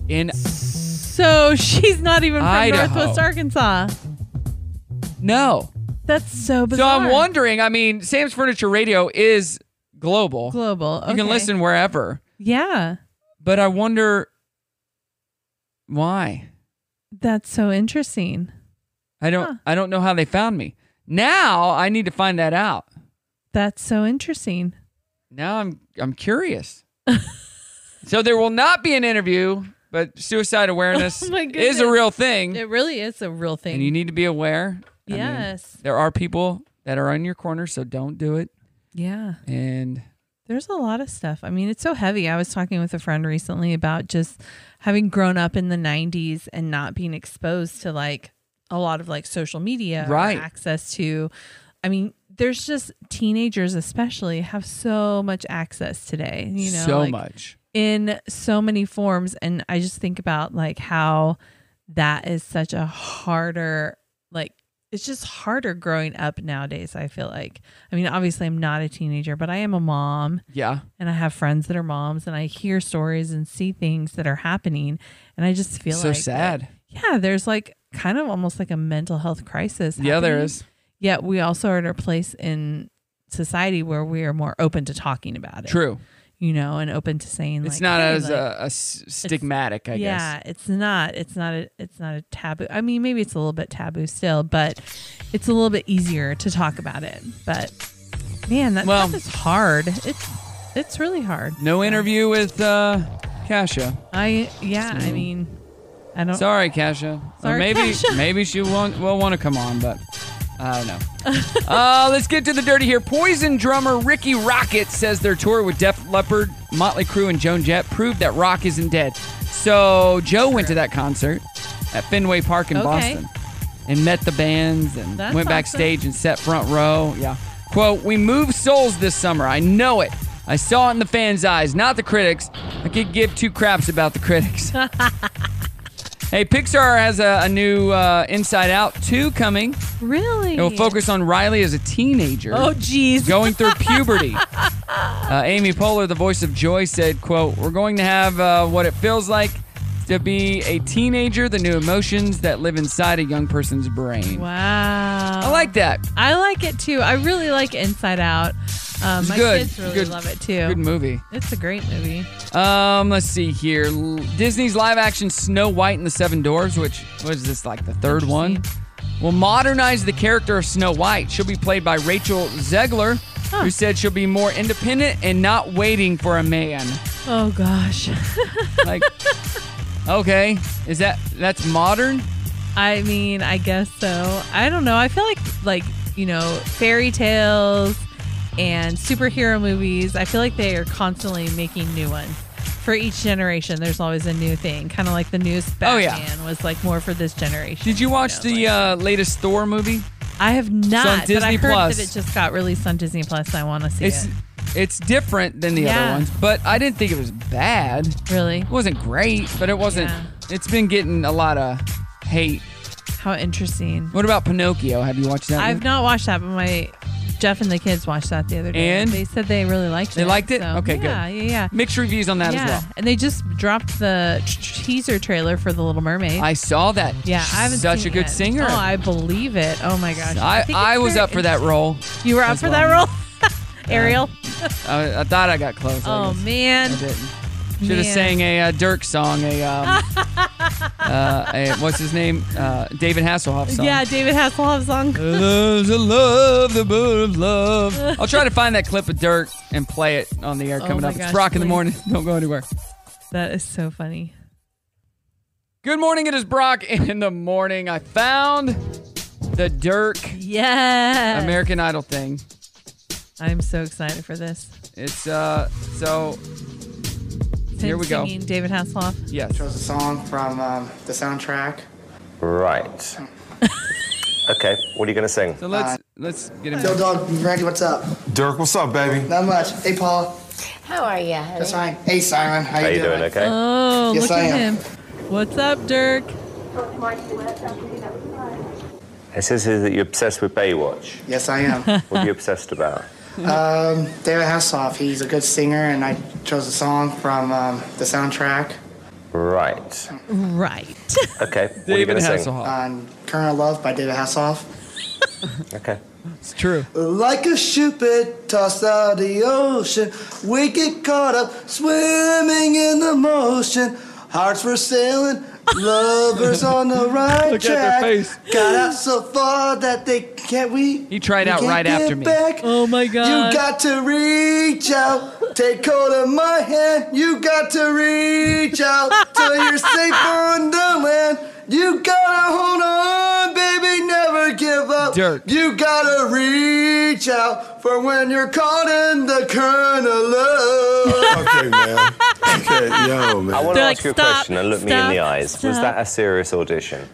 Speaker 1: in
Speaker 5: So she's not even from
Speaker 1: Idaho.
Speaker 5: Northwest Arkansas.
Speaker 1: No.
Speaker 5: That's so
Speaker 1: So
Speaker 5: bizarre.
Speaker 1: I'm wondering. I mean, Sam's Furniture Radio is global.
Speaker 5: Global.
Speaker 1: You can
Speaker 5: okay.
Speaker 1: listen wherever.
Speaker 5: Yeah.
Speaker 1: But I wonder why.
Speaker 5: That's so interesting.
Speaker 1: I don't. I don't know how they found me. Now I need to find that out.
Speaker 5: That's so interesting.
Speaker 1: Now I'm. I'm curious. so there will not be an interview, but suicide awareness
Speaker 5: Oh my
Speaker 1: is a real
Speaker 5: goodness.
Speaker 1: thing,
Speaker 5: It really is a real thing.
Speaker 1: and you need to be aware. I mean,
Speaker 5: Yes.
Speaker 1: there are people that are on your corner, so don't do it.
Speaker 5: yeah.
Speaker 1: And
Speaker 5: There's a lot of stuff. I mean, it's so heavy. I was talking with a friend recently about just having grown up in the 90s and not being exposed to like a lot of like social media or
Speaker 1: Right.
Speaker 5: access to I mean, there's just teenagers especially have so much access today, you know.
Speaker 1: so
Speaker 5: like,
Speaker 1: much.
Speaker 5: in so many forms and i just think about like how that is such a harder like it's just harder growing up nowadays i feel like i mean obviously i'm not a teenager but i am a mom
Speaker 1: Yeah.
Speaker 5: and i have friends that are moms and i hear stories and see things that are happening and i just feel
Speaker 1: So
Speaker 5: like
Speaker 1: sad.
Speaker 5: yeah there's like kind of almost like a mental health crisis
Speaker 1: Yeah, there
Speaker 5: happening.
Speaker 1: is.
Speaker 5: yet we also are at a place in society where we are more open to talking about it
Speaker 1: True.
Speaker 5: you know, and open to saying
Speaker 1: It's
Speaker 5: like,
Speaker 1: not
Speaker 5: hey,
Speaker 1: as
Speaker 5: like-
Speaker 1: uh, a s- stigmatic, I
Speaker 5: yeah,
Speaker 1: guess.
Speaker 5: it's not. It's not a. It's not a taboo. I mean, maybe it's a little bit taboo still, but it's a little bit easier to talk about it. But man, that
Speaker 1: Well-
Speaker 5: stuff is hard. It's it's really hard.
Speaker 1: No interview with uh, Kasha.
Speaker 5: I yeah. I
Speaker 1: So-
Speaker 5: mean, I don't.
Speaker 1: Sorry, Kasha.
Speaker 5: Sorry,
Speaker 1: or maybe
Speaker 5: Kasha.
Speaker 1: maybe she won't will want to come on, but I don't know. uh, let's get to the dirty here. Poison drummer Ricky Rocket says their tour with Def Leppard, Motley Crue, and Joan Jett proved that rock isn't dead. So Joe went to that concert at Fenway Park in
Speaker 5: Okay.
Speaker 1: Boston and met the bands and
Speaker 5: That's
Speaker 1: went
Speaker 5: awesome.
Speaker 1: backstage and sat front row. Yeah. Quote, we move souls this summer. I know it. I saw it in the fans' eyes, not the critics. I could give two craps about the critics. Hey, Pixar has a, a new uh, Inside Out 2 coming.
Speaker 5: Really?
Speaker 1: It will focus on Riley as a teenager.
Speaker 5: Oh, jeez.
Speaker 1: Going through puberty. Uh, Amy Poehler, the voice of Joy, said, quote, We're going to have uh, what it feels like to be a teenager, the new emotions that live inside a young person's brain.
Speaker 5: Wow.
Speaker 1: I like that.
Speaker 5: I like it too. I really like Inside Out. Um,
Speaker 1: It's
Speaker 5: my
Speaker 1: good.
Speaker 5: kids really
Speaker 1: Good-
Speaker 5: love it too.
Speaker 1: good movie.
Speaker 5: It's a great movie.
Speaker 1: Um, let's see here. L- Disney's live action Snow White and the Seven Dwarfs, which was this like the third one, will modernize the character of Snow White. She'll be played by Rachel Zegler, who said she'll be more independent and not waiting for a man.
Speaker 5: Oh gosh.
Speaker 1: Like, okay, is that that's modern?
Speaker 5: I mean, I guess so. I don't know. I feel like like, you know, fairy tales and superhero movies, I feel like they are constantly making new ones. For each generation, there's always a new thing. Kind of like the newest
Speaker 1: Oh, yeah.
Speaker 5: Batman was like more for this generation.
Speaker 1: Did you watch the uh, latest Thor movie?
Speaker 5: I have
Speaker 1: It's on
Speaker 5: not, but I
Speaker 1: Disney
Speaker 5: heard
Speaker 1: Plus.
Speaker 5: that it just got released on Disney Plus. and I want to see
Speaker 1: It's
Speaker 5: it.
Speaker 1: it's different than the other
Speaker 5: Yeah.
Speaker 1: ones, but I didn't think it was bad.
Speaker 5: Really?
Speaker 1: It wasn't great, but it wasn't.
Speaker 5: Yeah.
Speaker 1: It's been getting a lot of hate.
Speaker 5: How interesting.
Speaker 1: What about Pinocchio? Have you watched that?
Speaker 5: I've not watched that, but my Jeff and the kids watched that the other day.
Speaker 1: And?
Speaker 5: they said they really liked it.
Speaker 1: They liked it?
Speaker 5: so-
Speaker 1: okay,
Speaker 5: yeah,
Speaker 1: good.
Speaker 5: Yeah, yeah,
Speaker 1: Mixed reviews on that
Speaker 5: yeah.
Speaker 1: as well.
Speaker 5: And they just dropped the t- t- teaser trailer for The Little Mermaid.
Speaker 1: I saw that.
Speaker 5: yeah, I haven't
Speaker 1: Such
Speaker 5: seen
Speaker 1: a good
Speaker 5: it.
Speaker 1: singer.
Speaker 5: Oh, I believe it. Oh my gosh.
Speaker 1: I,
Speaker 5: think
Speaker 1: I
Speaker 5: it's
Speaker 1: was
Speaker 5: very
Speaker 1: up for that role.
Speaker 5: You were up
Speaker 1: as
Speaker 5: for
Speaker 1: well.
Speaker 5: that role? Ariel?
Speaker 1: I, I thought I got close.
Speaker 5: oh, man.
Speaker 1: Should have
Speaker 5: man.
Speaker 1: sang a uh, Dirk song. A, um, uh, a what's his name? Uh, David Hasselhoff song.
Speaker 5: Yeah, David Hasselhoff song.
Speaker 1: The love's a love, the boat of love. I'll try to find that clip of Dirk and play it on the air
Speaker 5: Oh
Speaker 1: coming
Speaker 5: my
Speaker 1: up. it's
Speaker 5: gosh,
Speaker 1: Brock in the
Speaker 5: please.
Speaker 1: morning. Don't go anywhere.
Speaker 5: That is so funny.
Speaker 1: Good morning. It is Brock in the morning. I found the Dirk
Speaker 5: Yeah.
Speaker 1: American Idol thing.
Speaker 5: I'm so excited for this.
Speaker 1: It's uh so
Speaker 5: It's him
Speaker 1: here we go.
Speaker 5: singing David Hasselhoff.
Speaker 1: Yes.
Speaker 20: Chose a song from um, the soundtrack.
Speaker 21: Right. okay, what are you going to sing?
Speaker 1: So let's let's get him.
Speaker 20: Yo, dog, Randy, what's up?
Speaker 21: Dirk, what's up, baby?
Speaker 20: Not much. Hey, Paul.
Speaker 22: How are you? Honey?
Speaker 20: That's fine. Hey, Simon. How you,
Speaker 21: How you doing, okay?
Speaker 13: Uh.
Speaker 5: Oh,
Speaker 20: Yes,
Speaker 5: look
Speaker 20: I
Speaker 5: at
Speaker 20: am.
Speaker 5: him. What's up, Dirk?
Speaker 21: It says here that you're obsessed with Baywatch.
Speaker 20: Yes, I am.
Speaker 21: What are you obsessed about?
Speaker 20: um, David Hasselhoff. He's a good singer, and I chose a song from um, the soundtrack.
Speaker 21: Right.
Speaker 5: Right.
Speaker 21: Okay, what are you going to sing?
Speaker 20: On Current Love by David Hasselhoff.
Speaker 21: Okay.
Speaker 1: It's true.
Speaker 20: Like a ship it tossed out the ocean, we get caught up swimming in the motion. Hearts were sailing, lovers on the right
Speaker 1: Look at their
Speaker 20: track.
Speaker 1: face.
Speaker 20: Got out so far that they can't we.
Speaker 1: He tried
Speaker 20: we
Speaker 1: out
Speaker 20: can't
Speaker 1: right
Speaker 20: get
Speaker 1: after me.
Speaker 20: Back.
Speaker 5: Oh my
Speaker 20: You got to reach out, take hold of my hand. You got to reach out till you're safe on the land. You gotta hold on, baby, never give up.
Speaker 1: Dirk.
Speaker 20: You gotta reach out for when you're caught in the current of love.
Speaker 21: Okay, man. Okay, yo, man. I want to
Speaker 20: They're like,
Speaker 21: ask you a
Speaker 20: "Stop,
Speaker 21: question and look me in
Speaker 20: stop,
Speaker 21: the eyes. Was
Speaker 20: stop."
Speaker 21: that a serious audition?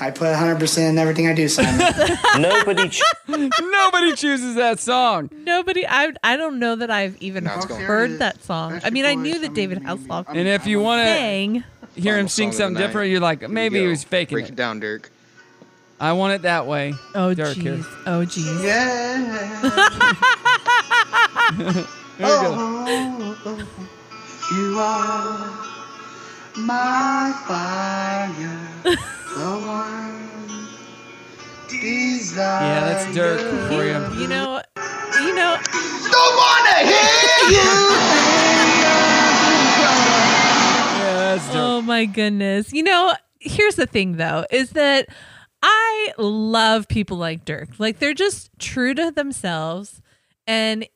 Speaker 20: I put 100% in everything I do, Simon.
Speaker 21: Nobody. Ch-
Speaker 1: Nobody chooses that song.
Speaker 5: Nobody, I I don't know that I've even
Speaker 1: That's cool.
Speaker 5: heard that song. I mean, I knew that David Hasselhoff.
Speaker 1: And if you want
Speaker 5: Dang.
Speaker 1: to hear him
Speaker 5: song
Speaker 1: sing
Speaker 5: of the
Speaker 1: something
Speaker 5: night.
Speaker 1: different, you're like, maybe he was faking
Speaker 23: Break
Speaker 1: it.
Speaker 23: it down, Dirk.
Speaker 1: I want it that way.
Speaker 5: Oh,
Speaker 1: Dirk here.
Speaker 5: jeez. Oh, jeez.
Speaker 1: Here we go.
Speaker 20: Oh, you are my fire, the one desire.
Speaker 1: Yeah, that's Dirk for you.
Speaker 5: You know, you know.
Speaker 20: Don't wanna hear you.
Speaker 1: Yeah, that's
Speaker 5: Oh my goodness. You know, here's the thing though, is that I love people like Dirk. Like they're just true to themselves and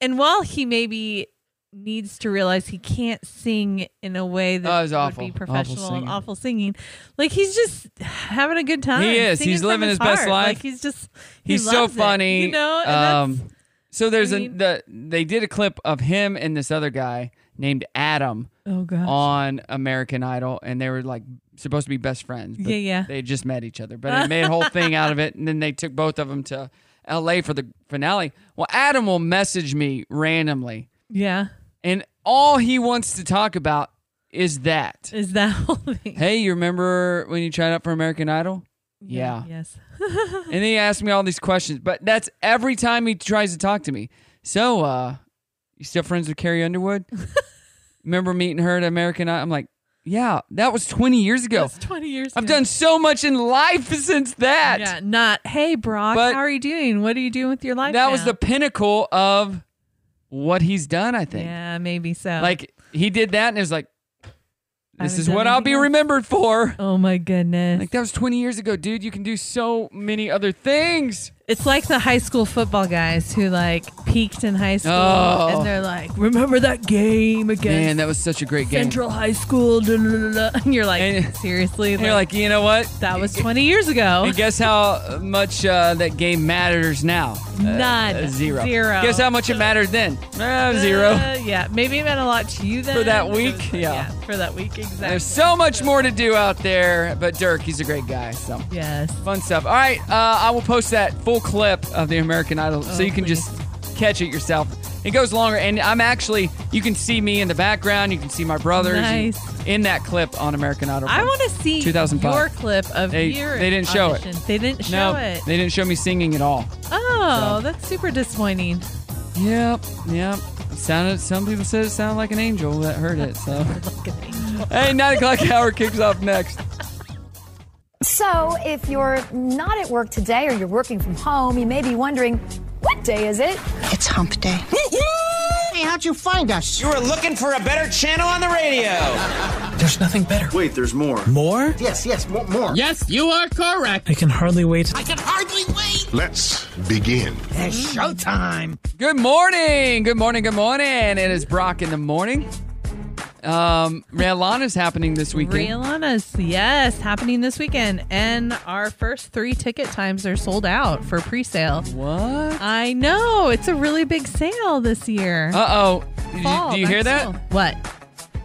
Speaker 5: and while he maybe needs to realize he can't sing in a way that
Speaker 1: Oh, it's
Speaker 5: would
Speaker 1: awful.
Speaker 5: be
Speaker 1: Awful
Speaker 5: professional and
Speaker 1: singing.
Speaker 5: awful singing. Like he's just having a good time.
Speaker 1: He is.
Speaker 5: singing
Speaker 1: He's
Speaker 5: from
Speaker 1: living his best
Speaker 5: heart.
Speaker 1: life.
Speaker 5: Like he's just he
Speaker 1: He's so
Speaker 5: loves it,
Speaker 1: funny.
Speaker 5: you know, and that's-
Speaker 1: um, so there's
Speaker 5: I
Speaker 1: a
Speaker 5: mean-
Speaker 1: the they did a clip of him and this other guy named Adam
Speaker 5: Oh, gosh.
Speaker 1: on American Idol, and they were like supposed to be best friends. but
Speaker 5: Yeah, yeah.
Speaker 1: They just met each other, but they made a whole thing out of it, and then they took both of them to L.A. for the finale. Well, Adam will message me randomly,
Speaker 5: yeah.
Speaker 1: and all he wants to talk about is that.
Speaker 5: Is that whole thing?
Speaker 1: Hey, you remember when you tried out for American Idol? Yeah.
Speaker 5: Yes.
Speaker 1: and then he asked me all these questions. But that's every time he tries to talk to me. So, uh, you still friends with Carrie Underwood? Remember meeting her at American Idol? I'm like, yeah, that was 20 years ago.
Speaker 5: That's 20 years
Speaker 1: I've
Speaker 5: ago.
Speaker 1: done so much in life since that.
Speaker 5: Yeah, not hey Brock,
Speaker 1: But-
Speaker 5: how are you doing? What are you doing with your life?
Speaker 1: that was
Speaker 5: now?"
Speaker 1: the pinnacle of what he's done, I think.
Speaker 5: yeah, maybe so.
Speaker 1: Like, he did that and it was like, this
Speaker 5: Haven't
Speaker 1: is
Speaker 5: done
Speaker 1: what I'll
Speaker 5: anything
Speaker 1: be
Speaker 5: else.
Speaker 1: remembered for.
Speaker 5: Oh my goodness.
Speaker 1: Like, that was 20 years ago, dude. You can do so many other things.
Speaker 5: it's like the high school football guys who like peaked in high school
Speaker 1: Oh.
Speaker 5: and they're like, remember that game against
Speaker 1: Man, that was such a great game.
Speaker 5: Central High School? da, da, da, da." And you're like, seriously?
Speaker 1: And you're like, you know what?
Speaker 5: that was 20 years ago.
Speaker 1: And guess how much uh, that game matters now? Uh,
Speaker 5: None.
Speaker 1: zero.
Speaker 5: Zero.
Speaker 1: Guess how much it mattered then? Uh, zero.
Speaker 5: Uh, yeah, maybe it meant a lot to you then.
Speaker 1: For that
Speaker 5: but it
Speaker 1: week?
Speaker 5: was like,
Speaker 1: Yeah.
Speaker 5: For that week, exactly.
Speaker 1: There's so much more to do out there, but Dirk, he's a great guy. So
Speaker 5: yes.
Speaker 1: fun stuff. All right, uh, I will post that full clip of the American Idol,
Speaker 5: Oh,
Speaker 1: so you can just catch it yourself. It goes longer, and I'm actually you can see me in the background. You can see my brothers
Speaker 5: Nice.
Speaker 1: in that clip on American Idol.
Speaker 5: I
Speaker 1: from
Speaker 5: want to see
Speaker 1: 2005.
Speaker 5: your clip of
Speaker 1: they,
Speaker 5: your
Speaker 1: they didn't show
Speaker 5: audition.
Speaker 1: it.
Speaker 5: They didn't show
Speaker 1: no,
Speaker 5: it.
Speaker 1: They didn't show me singing at all.
Speaker 5: Oh, that's super disappointing.
Speaker 1: Yep, yep. It sounded. Some people said it sounded like an angel that heard it. So, hey, nine o'clock hour kicks off next.
Speaker 4: So, if you're not at work today or you're working from home, you may be wondering, what day is it? It's hump day.
Speaker 22: Hey, how'd you find us?
Speaker 23: You were looking for a better channel on the radio.
Speaker 22: There's nothing better. Wait, there's more. More? Yes, yes, more. more. Yes, you are correct. I can hardly wait. I can hardly wait.
Speaker 24: Let's begin.
Speaker 22: It's showtime.
Speaker 1: Good morning. Good morning. Good morning. It is Brock in the morning. Um, Rihanna's happening this weekend.
Speaker 5: Realana's, yes, happening this weekend. And our first three ticket times are sold out for pre sale.
Speaker 1: What?
Speaker 5: I know. It's a really big sale this year.
Speaker 1: Uh oh. Do you,
Speaker 5: Fall,
Speaker 1: do you hear
Speaker 5: back
Speaker 1: that?
Speaker 5: sale. What?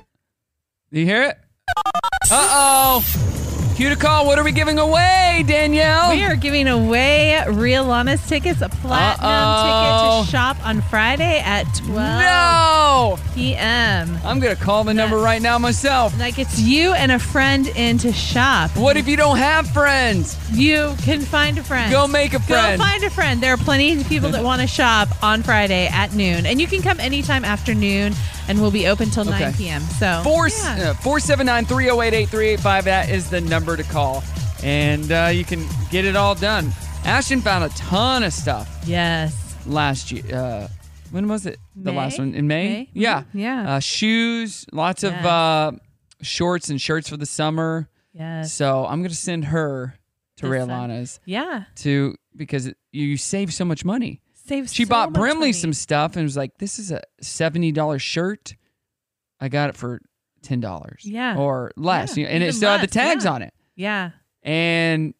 Speaker 1: Do you hear it? Uh oh. Cue to call. What are we giving away, Danielle?
Speaker 5: We are giving away Realana's tickets, a platinum
Speaker 1: Uh-oh.
Speaker 5: ticket to shop on Friday at 12
Speaker 1: No!
Speaker 5: p.m.
Speaker 1: I'm going to call the number right now myself.
Speaker 5: That gets you and a friend in to shop.
Speaker 1: What if you don't have friends?
Speaker 5: You can find a friend.
Speaker 1: Go make a friend.
Speaker 5: Go find a friend. There are plenty of people that want to shop on Friday at noon. And you can come anytime after noon, and we'll be open till 9
Speaker 1: Okay.
Speaker 5: p.m. So,
Speaker 1: Four uh, four seven nine three zero eight eight three eight five. That is the number to call, and uh, you can get it all done. Ashton found a ton of stuff
Speaker 5: yes.
Speaker 1: last year. Uh, when was it? The
Speaker 5: May?
Speaker 1: last one in May.
Speaker 5: May? Mm-hmm.
Speaker 1: Yeah,
Speaker 5: Yeah.
Speaker 1: Uh, shoes, lots of
Speaker 5: Yes.
Speaker 1: uh, shorts and shirts for the summer.
Speaker 5: Yes.
Speaker 1: So I'm gonna send her to
Speaker 5: This one.
Speaker 1: Raylana's
Speaker 5: Yeah.
Speaker 1: to because it, you, you save so much money.
Speaker 5: Save
Speaker 1: She
Speaker 5: so
Speaker 1: bought
Speaker 5: much
Speaker 1: Brimley
Speaker 5: money.
Speaker 1: some stuff and was like, "This is a seventy dollars shirt. I got it for ten dollars,
Speaker 5: Yeah.
Speaker 1: or less,
Speaker 5: Yeah,
Speaker 1: you know, and it
Speaker 5: even
Speaker 1: still had the
Speaker 5: less,
Speaker 1: tags
Speaker 5: yeah.
Speaker 1: on it."
Speaker 5: Yeah.
Speaker 1: And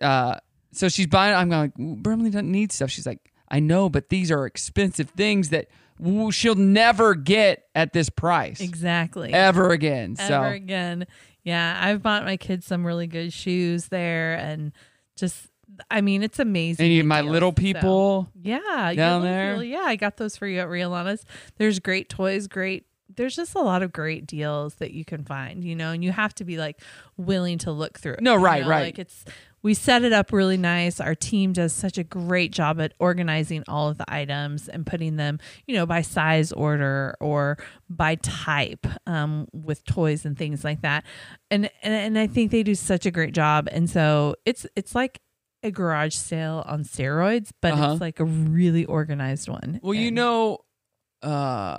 Speaker 1: uh, so she's buying. I'm like, "Ooh, Brimley doesn't need stuff. She's like, "I know, but these are expensive things that ooh, she'll never get at this price,
Speaker 5: Exactly.
Speaker 1: ever again." so
Speaker 5: Ever again. Yeah. I've bought my kids some really good shoes there, and just, I mean, it's amazing.
Speaker 1: and you,
Speaker 5: the
Speaker 1: my
Speaker 5: deals.
Speaker 1: little
Speaker 5: So-
Speaker 1: people.
Speaker 5: Yeah, you
Speaker 1: down
Speaker 5: look
Speaker 1: there.
Speaker 5: really- yeah, I got those for you at Rialana's. There's great toys, great. There's just a lot of great deals that you can find, you know, and you have to be like willing to look through. It,
Speaker 1: No,
Speaker 5: you
Speaker 1: right,
Speaker 5: know,
Speaker 1: right.
Speaker 5: Like it's we set it up really nice. Our team does such a great job at organizing all of the items and putting them, you know, by size order or by type um, with toys and things like that. And, and and I think they do such a great job. And so it's it's like a garage sale on steroids, but
Speaker 1: Uh-huh.
Speaker 5: it's like a really organized one.
Speaker 1: Well, you know, uh,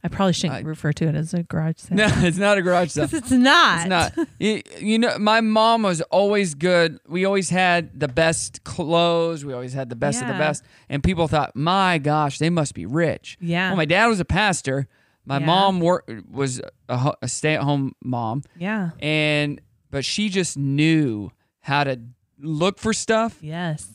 Speaker 5: I probably shouldn't refer to it as a garage sale.
Speaker 1: No, it's not a garage sale.
Speaker 5: 'Cause it's not.
Speaker 1: It's not. You, you know, my mom was always good. We always had the best clothes. We always had the best of the
Speaker 5: Yeah.
Speaker 1: best. And people thought, my gosh, they must be rich.
Speaker 5: Yeah.
Speaker 1: Well, my dad was a pastor. My
Speaker 5: Yeah.
Speaker 1: mom worked was a, ho- a stay-at-home mom.
Speaker 5: Yeah.
Speaker 1: And but she just knew how to look for stuff,
Speaker 5: Yes.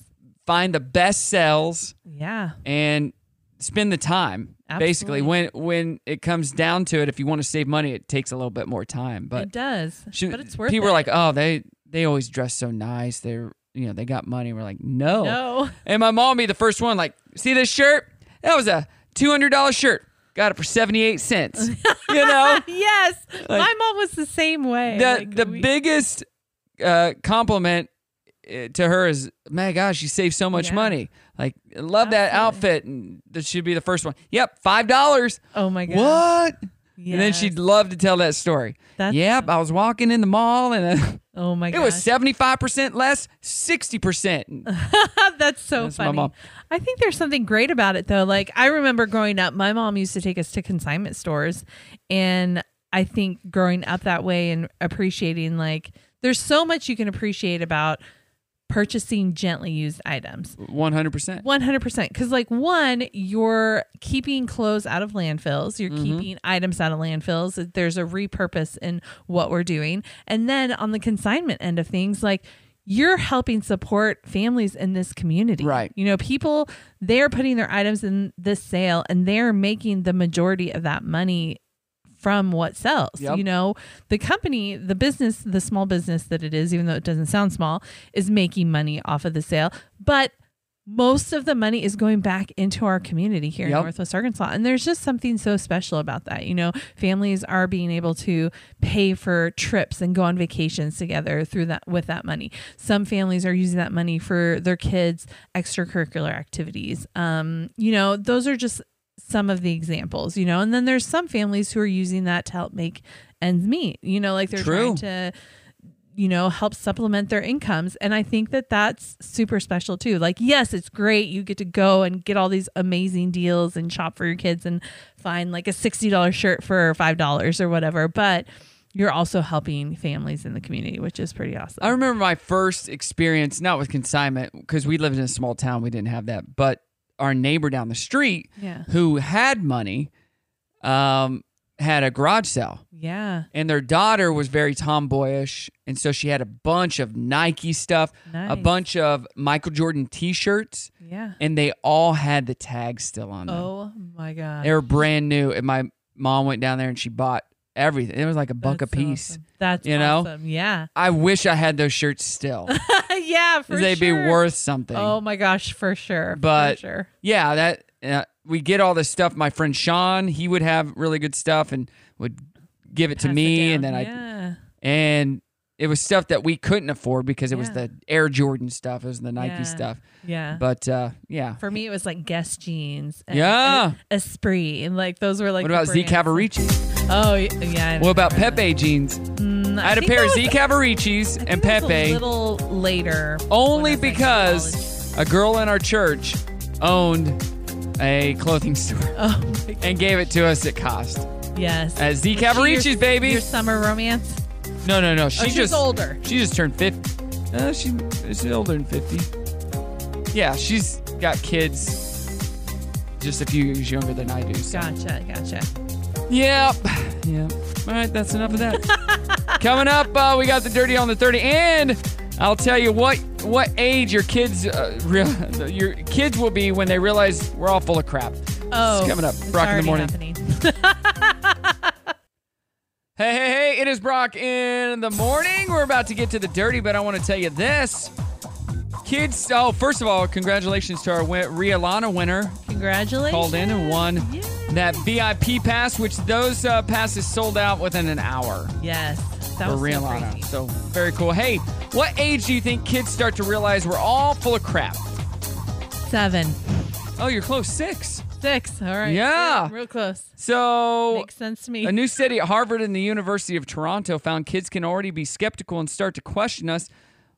Speaker 1: find the best sells,
Speaker 5: Yeah.
Speaker 1: and spend the time. Basically,
Speaker 5: Absolutely.
Speaker 1: when when it comes down to it, if you want to save money, it takes a little bit more time. But
Speaker 5: it does.
Speaker 1: she-
Speaker 5: but it's worth
Speaker 1: people
Speaker 5: it.
Speaker 1: were like, "Oh, they they always dress so nice. They're you know they got money." We're like, "No."
Speaker 5: No.
Speaker 1: And my mom be the first one like, "See this shirt? That was a two hundred dollar shirt. Got it for seventy eight cents." you know
Speaker 5: yes. my mom was the same way.
Speaker 1: the
Speaker 5: Like,
Speaker 1: the
Speaker 5: we-
Speaker 1: biggest uh, compliment uh, to her is, "My gosh, you save so much
Speaker 5: Yeah.
Speaker 1: money. Like I love that outfit." And that should be the first one. Yep, five dollars.
Speaker 5: Oh my gosh.
Speaker 1: What? And then she'd love to tell that story.
Speaker 5: That's
Speaker 1: yep, I was walking in the mall and. Uh,
Speaker 5: Oh my
Speaker 1: it was
Speaker 5: gosh.
Speaker 1: seventy five percent less, sixty percent.
Speaker 5: That's so
Speaker 1: That's my
Speaker 5: funny.
Speaker 1: mom.
Speaker 5: I think there's something great about it though. Like I remember growing up, my mom used to take us to consignment stores and I think growing up that way and appreciating like there's so much you can appreciate about purchasing gently used items.
Speaker 1: One hundred percent.
Speaker 5: One hundred percent. Because like one, you're keeping clothes out of landfills. You're
Speaker 1: Mhm.
Speaker 5: keeping items out of landfills. There's a repurpose in what we're doing. And then on the consignment end of things, like you're helping support families in this community. Right. You know, people they're putting their items in this sale and they're making the majority of that money from what sells.
Speaker 25: Yep.
Speaker 5: You know, the company, the business, the small business that it is, even though it doesn't sound small, is making money off of the sale. But most of the money is going back into our community here in
Speaker 3: Yep.
Speaker 5: Northwest Arkansas. And there's just something so special about that. You know, families are being able to pay for trips and go on vacations together through that with that money. Some families are using that money for their kids' extracurricular activities. Um, you know, those are just some of the examples, you know, and then there's some families who are using that to help make ends meet, you know, like they're
Speaker 1: True.
Speaker 5: trying to, you know, help supplement their incomes. And I think that that's super special too. Like, yes, it's great. You get to go and get all these amazing deals and shop for your kids and find like a $60 shirt for $5 or whatever. But you're also helping families in the community, which is pretty awesome.
Speaker 1: I remember my first experience, not with consignment, because we lived in a small town. We didn't have that. But our neighbor down the street,
Speaker 5: Yeah.
Speaker 1: who had money, um, had a garage sale.
Speaker 5: Yeah.
Speaker 1: And their daughter was very tomboyish. And so she had a bunch of Nike stuff, a
Speaker 5: Nice.
Speaker 1: bunch of Michael Jordan t shirts.
Speaker 5: Yeah.
Speaker 1: And they all had the tags still on them.
Speaker 5: Oh my God.
Speaker 1: They were brand new. And my mom went down there and she bought everything. It was like a buck a piece.
Speaker 5: That's
Speaker 1: you know?
Speaker 5: awesome. Yeah.
Speaker 1: I wish I had those shirts still.
Speaker 5: yeah. For
Speaker 1: they'd be
Speaker 5: sure.
Speaker 1: worth something.
Speaker 5: Oh my gosh, for sure.
Speaker 1: but
Speaker 5: for sure.
Speaker 1: yeah, that uh, we get all this stuff. My friend Sean, he would have really good stuff and would give it to me, and then
Speaker 5: Yeah.
Speaker 1: I and it was stuff that we couldn't afford because it was
Speaker 5: Yeah.
Speaker 1: the Air Jordan stuff, it was the Nike
Speaker 5: Yeah.
Speaker 1: stuff.
Speaker 5: Yeah.
Speaker 1: but uh, yeah.
Speaker 5: For me, it was like Guess jeans. And,
Speaker 1: Yeah.
Speaker 5: and Esprit. And like those were like.
Speaker 1: what
Speaker 5: the
Speaker 1: about Z
Speaker 5: brands.
Speaker 1: Cavarici?
Speaker 5: Oh, y- yeah.
Speaker 1: What about Pepe jeans?
Speaker 5: Mm,
Speaker 1: I had a
Speaker 5: think
Speaker 1: pair
Speaker 5: that
Speaker 1: of
Speaker 5: was-
Speaker 1: Z Cavaricis and
Speaker 5: that was
Speaker 1: Pepe.
Speaker 5: A little later.
Speaker 1: only because a girl in our church owned a clothing store and gave it to us at cost.
Speaker 5: Oh, Yes.
Speaker 1: As Z
Speaker 5: Was she your-
Speaker 1: Cavaricis, baby.
Speaker 5: Your summer romance. Oh,
Speaker 1: No, no, no. She
Speaker 5: she's
Speaker 1: just
Speaker 5: older.
Speaker 1: She just turned fifty. Uh, she is older than fifty. Yeah, she's got kids. Just a few years younger than I do. So.
Speaker 5: Gotcha. Gotcha.
Speaker 1: Yep. Yep. All right, that's enough of that. Coming up, uh, we got the dirty on the thirty, and I'll tell you what what age your kids uh, real, your kids will be when they realize we're all full of crap.
Speaker 5: Oh.
Speaker 1: it's coming up.
Speaker 5: it's
Speaker 1: Brock in the
Speaker 5: already
Speaker 1: morning.
Speaker 5: happening.
Speaker 1: Hey, hey, hey, it is Brock in the morning. We're about to get to the dirty, but I want to tell you this. Kids, oh, first of all, congratulations to our win- Rialana winner.
Speaker 5: Congratulations.
Speaker 1: Called in and won that VIP pass, which those uh, passes sold out within an hour
Speaker 5: Yes. That
Speaker 1: for
Speaker 5: was so
Speaker 1: Rialana.
Speaker 5: crazy.
Speaker 1: So, very cool. Hey, what age do you think kids start to realize we're all full of crap?
Speaker 5: Seven.
Speaker 1: Oh, you're close. Six.
Speaker 5: Six. All right.
Speaker 1: Yeah.
Speaker 5: Real close.
Speaker 1: So,
Speaker 5: Makes sense to me.
Speaker 1: A new study at Harvard and the University of Toronto found kids can already be skeptical and start to question us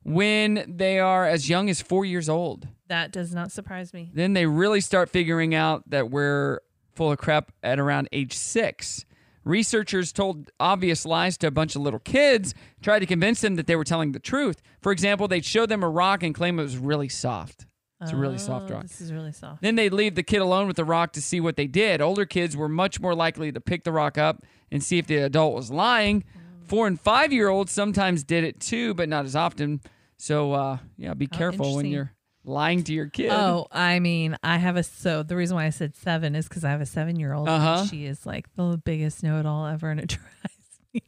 Speaker 1: when they are as young as four years old.
Speaker 5: That does not surprise me.
Speaker 1: Then they really start figuring out that we're full of crap at around age six. Researchers told obvious lies to a bunch of little kids, tried to convince them that they were telling the truth. For example, they'd show them a rock and claim it was really soft. It's a really soft
Speaker 5: Oh,
Speaker 1: rock.
Speaker 5: This is really soft.
Speaker 1: Then they'd leave the kid alone with the rock to see what they did. Older kids were much more likely to pick the rock up and see if the adult was lying.
Speaker 5: Mm.
Speaker 1: Four and five year olds sometimes did it too, but not as often. So, uh, yeah, be careful when
Speaker 5: Oh, interesting.
Speaker 1: you're lying to your kid.
Speaker 5: Oh, I mean, I have a so the reason why I said seven is because I have a seven year old.
Speaker 1: Uh-huh.
Speaker 5: She is like the biggest know it all ever, and it drives me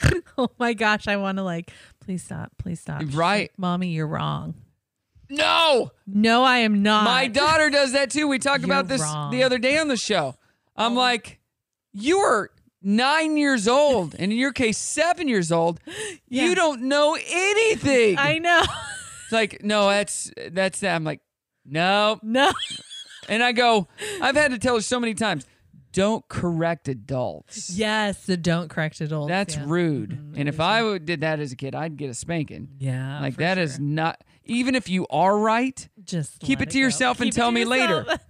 Speaker 5: crazy. oh my gosh, I want to like, please stop, please stop. She's like,
Speaker 1: Right.
Speaker 5: mommy, you're wrong.
Speaker 1: No,
Speaker 5: no, I am not.
Speaker 1: My daughter does that too. We talked about
Speaker 5: You're
Speaker 1: this
Speaker 5: wrong. Oh.
Speaker 1: the other day on the show. I'm like, you're nine years old, and in your case, seven years old. You don't know anything.
Speaker 5: I know.
Speaker 1: It's like, no, that's that's that. I'm like, no,
Speaker 5: no.
Speaker 1: And I go, I've had to tell her so many times, don't correct adults.
Speaker 5: Yes, the don't correct adults.
Speaker 1: That's rude.
Speaker 5: Mm-hmm.
Speaker 1: and if I would- did that as a kid, I'd get a spanking.
Speaker 5: Yeah,
Speaker 1: like
Speaker 5: for
Speaker 1: that is not. Even if you are right,
Speaker 5: just
Speaker 1: keep it to yourself and
Speaker 5: Keep it
Speaker 1: tell
Speaker 5: to
Speaker 1: me later.
Speaker 5: yourself.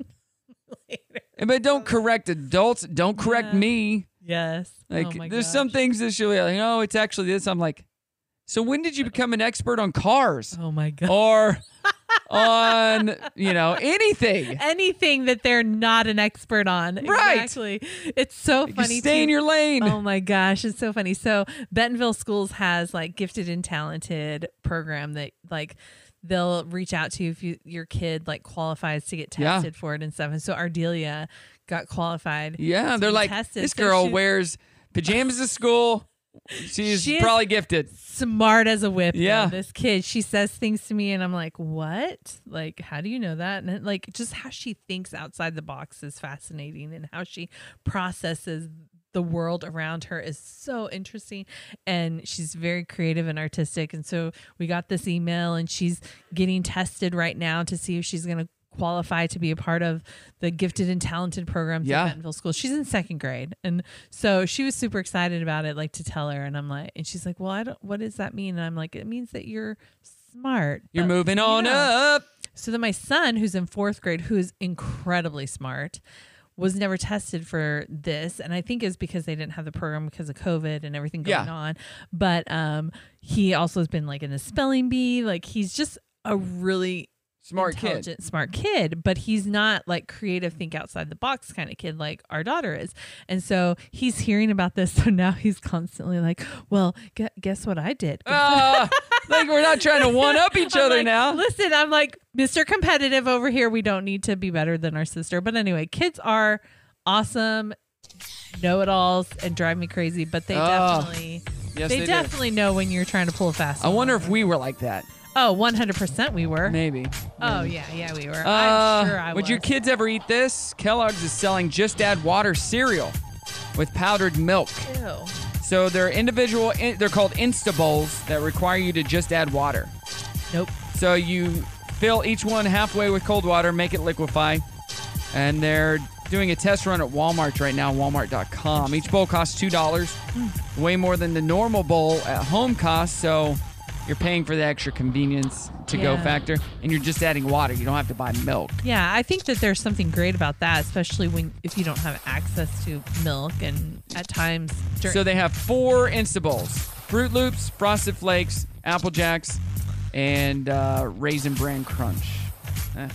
Speaker 1: But don't correct adults. Don't correct me.
Speaker 5: Yes. Oh
Speaker 1: Like
Speaker 5: my
Speaker 1: there's some things that she'll be like, no, it's actually this. I'm like, so when did you become an expert on cars?
Speaker 5: Oh my god.
Speaker 1: Or on you know anything.
Speaker 5: anything that they're not an expert on.
Speaker 1: Right.
Speaker 5: Exactly. It's so funny.
Speaker 1: stay in
Speaker 5: too.
Speaker 1: your lane.
Speaker 5: Oh my gosh, it's so funny. So Bentonville Schools has like gifted and talented program that like they'll reach out to you if you, your kid like qualifies to get
Speaker 1: Yeah.
Speaker 5: tested for it and stuff. And so Ardelia got qualified.
Speaker 1: Yeah,
Speaker 5: to
Speaker 1: they're
Speaker 5: be
Speaker 1: like
Speaker 5: tested.
Speaker 1: this
Speaker 5: So
Speaker 1: girl
Speaker 5: she-
Speaker 1: wears pajamas to school, She's
Speaker 5: She is
Speaker 1: probably gifted.
Speaker 5: Smart as a whip. though,
Speaker 1: Yeah.
Speaker 5: This kid, she says things to me and I'm like, what? Like, how do you know that? And then, like, just how she thinks outside the box is fascinating and how she processes the world around her is so interesting. And she's very creative and artistic. And so we got this email and she's getting tested right now to see if she's going to qualify to be a part of the gifted and talented program through
Speaker 1: Yeah.
Speaker 5: Bentonville School. She's in second grade. And so she was super excited about it, like to tell her. And I'm like, and she's like, well, I don't, what does that mean? And I'm like, it means that you're smart.
Speaker 1: You're moving on up.
Speaker 5: So then my son, who's in fourth grade, who is incredibly smart, was never tested for this. And I think it's because they didn't have the program because of COVID and everything going
Speaker 3: Yeah.
Speaker 5: on. But um, he also has been like in a spelling bee. Like he's just a really
Speaker 1: Smart kid.
Speaker 5: intelligent, smart kid, but he's not like creative, think outside the box kind of kid like our daughter is. And so he's hearing about this. So now he's constantly like, well, gu- guess what I did?
Speaker 1: Ah, like we're not trying to one up each
Speaker 5: I'm
Speaker 1: other
Speaker 5: like,
Speaker 1: now.
Speaker 5: Listen, I'm like Mr. Competitive over here. We don't need to be better than our sister. But anyway, kids are awesome, know it alls, and drive me crazy. But they
Speaker 1: Oh.
Speaker 5: definitely,
Speaker 1: Yes,
Speaker 5: they,
Speaker 1: they do.
Speaker 5: definitely know when you're trying to pull a fast.
Speaker 1: I wonder if we were like that.
Speaker 5: Oh, 100 percent we were.
Speaker 1: Maybe.
Speaker 5: Oh yeah, yeah we were.
Speaker 1: Uh,
Speaker 5: I'm sure I
Speaker 1: would
Speaker 5: was.
Speaker 1: your kids ever eat this? Kellogg's is selling Just Add Water cereal with powdered milk.
Speaker 5: Ew.
Speaker 1: So they're individual. in- They're called Insta Bowls that require you to just add water.
Speaker 5: Nope.
Speaker 1: So you fill each one halfway with cold water, make it liquefy, and they're doing a test run at Walmart right now. Walmart.com. Each bowl costs two dollars,
Speaker 5: Hmm.
Speaker 1: way more than the normal bowl at home costs. So you're paying for the extra convenience to go
Speaker 5: Yeah.
Speaker 1: factor, and you're just adding water. You don't have to buy milk.
Speaker 5: Yeah, I think that there's something great about that, especially when if you don't have access to milk and at times during
Speaker 1: So they have four Insta Bowls Fruit Loops, Frosted Flakes, Apple Jacks, and uh, Raisin Bran Crunch. Eh.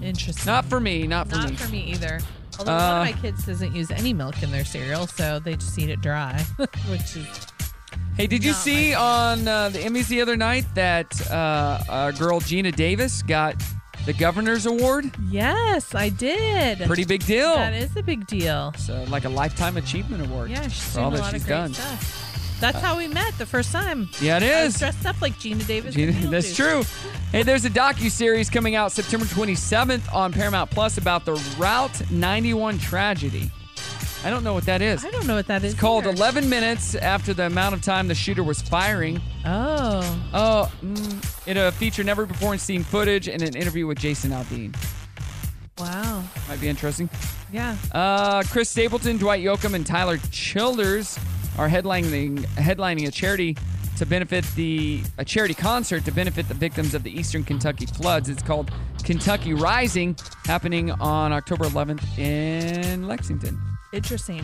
Speaker 5: Interesting.
Speaker 1: Not for me, not for
Speaker 5: Not
Speaker 1: me.
Speaker 5: for me either. Although
Speaker 1: Uh,
Speaker 5: one of my kids doesn't use any milk in their cereal, so they just eat it dry, which is
Speaker 1: Hey, did you see on uh, the Emmys the other night that uh, our girl Gina Davis got the Governor's Award?
Speaker 5: yes, I did.
Speaker 1: Pretty big deal.
Speaker 5: That is a big deal.
Speaker 1: So, like a Lifetime Achievement Award
Speaker 5: Yeah, she's
Speaker 1: for all
Speaker 5: doing
Speaker 1: that
Speaker 5: a lot
Speaker 1: she's
Speaker 5: of great
Speaker 1: done.
Speaker 5: stuff. That's
Speaker 1: Uh,
Speaker 5: how we met the first time.
Speaker 1: Yeah, it
Speaker 5: I was
Speaker 1: is.
Speaker 5: dressed up like Gina Davis.
Speaker 1: Gina-
Speaker 5: and
Speaker 1: that's
Speaker 5: Beetlejuice.
Speaker 1: true. Hey, there's a docu series coming out September 27th on Paramount Plus about the Route 91 tragedy. I don't know what that is. I
Speaker 5: don't know what that is.
Speaker 1: It's called 11 minutes after the amount of time the shooter was firing.
Speaker 5: Oh.
Speaker 1: Oh, mm, it'll feature never before seen footage and an interview with Jason Aldean.
Speaker 5: Wow.
Speaker 1: Might be interesting.
Speaker 5: Yeah.
Speaker 1: Uh, Chris Stapleton, Dwight Yoakam, and Tyler Childers are headlining headlining a charity to benefit the a charity concert to benefit the victims of the Eastern Kentucky floods. It's called Kentucky Rising, happening on October 11th in Lexington.
Speaker 5: Interesting.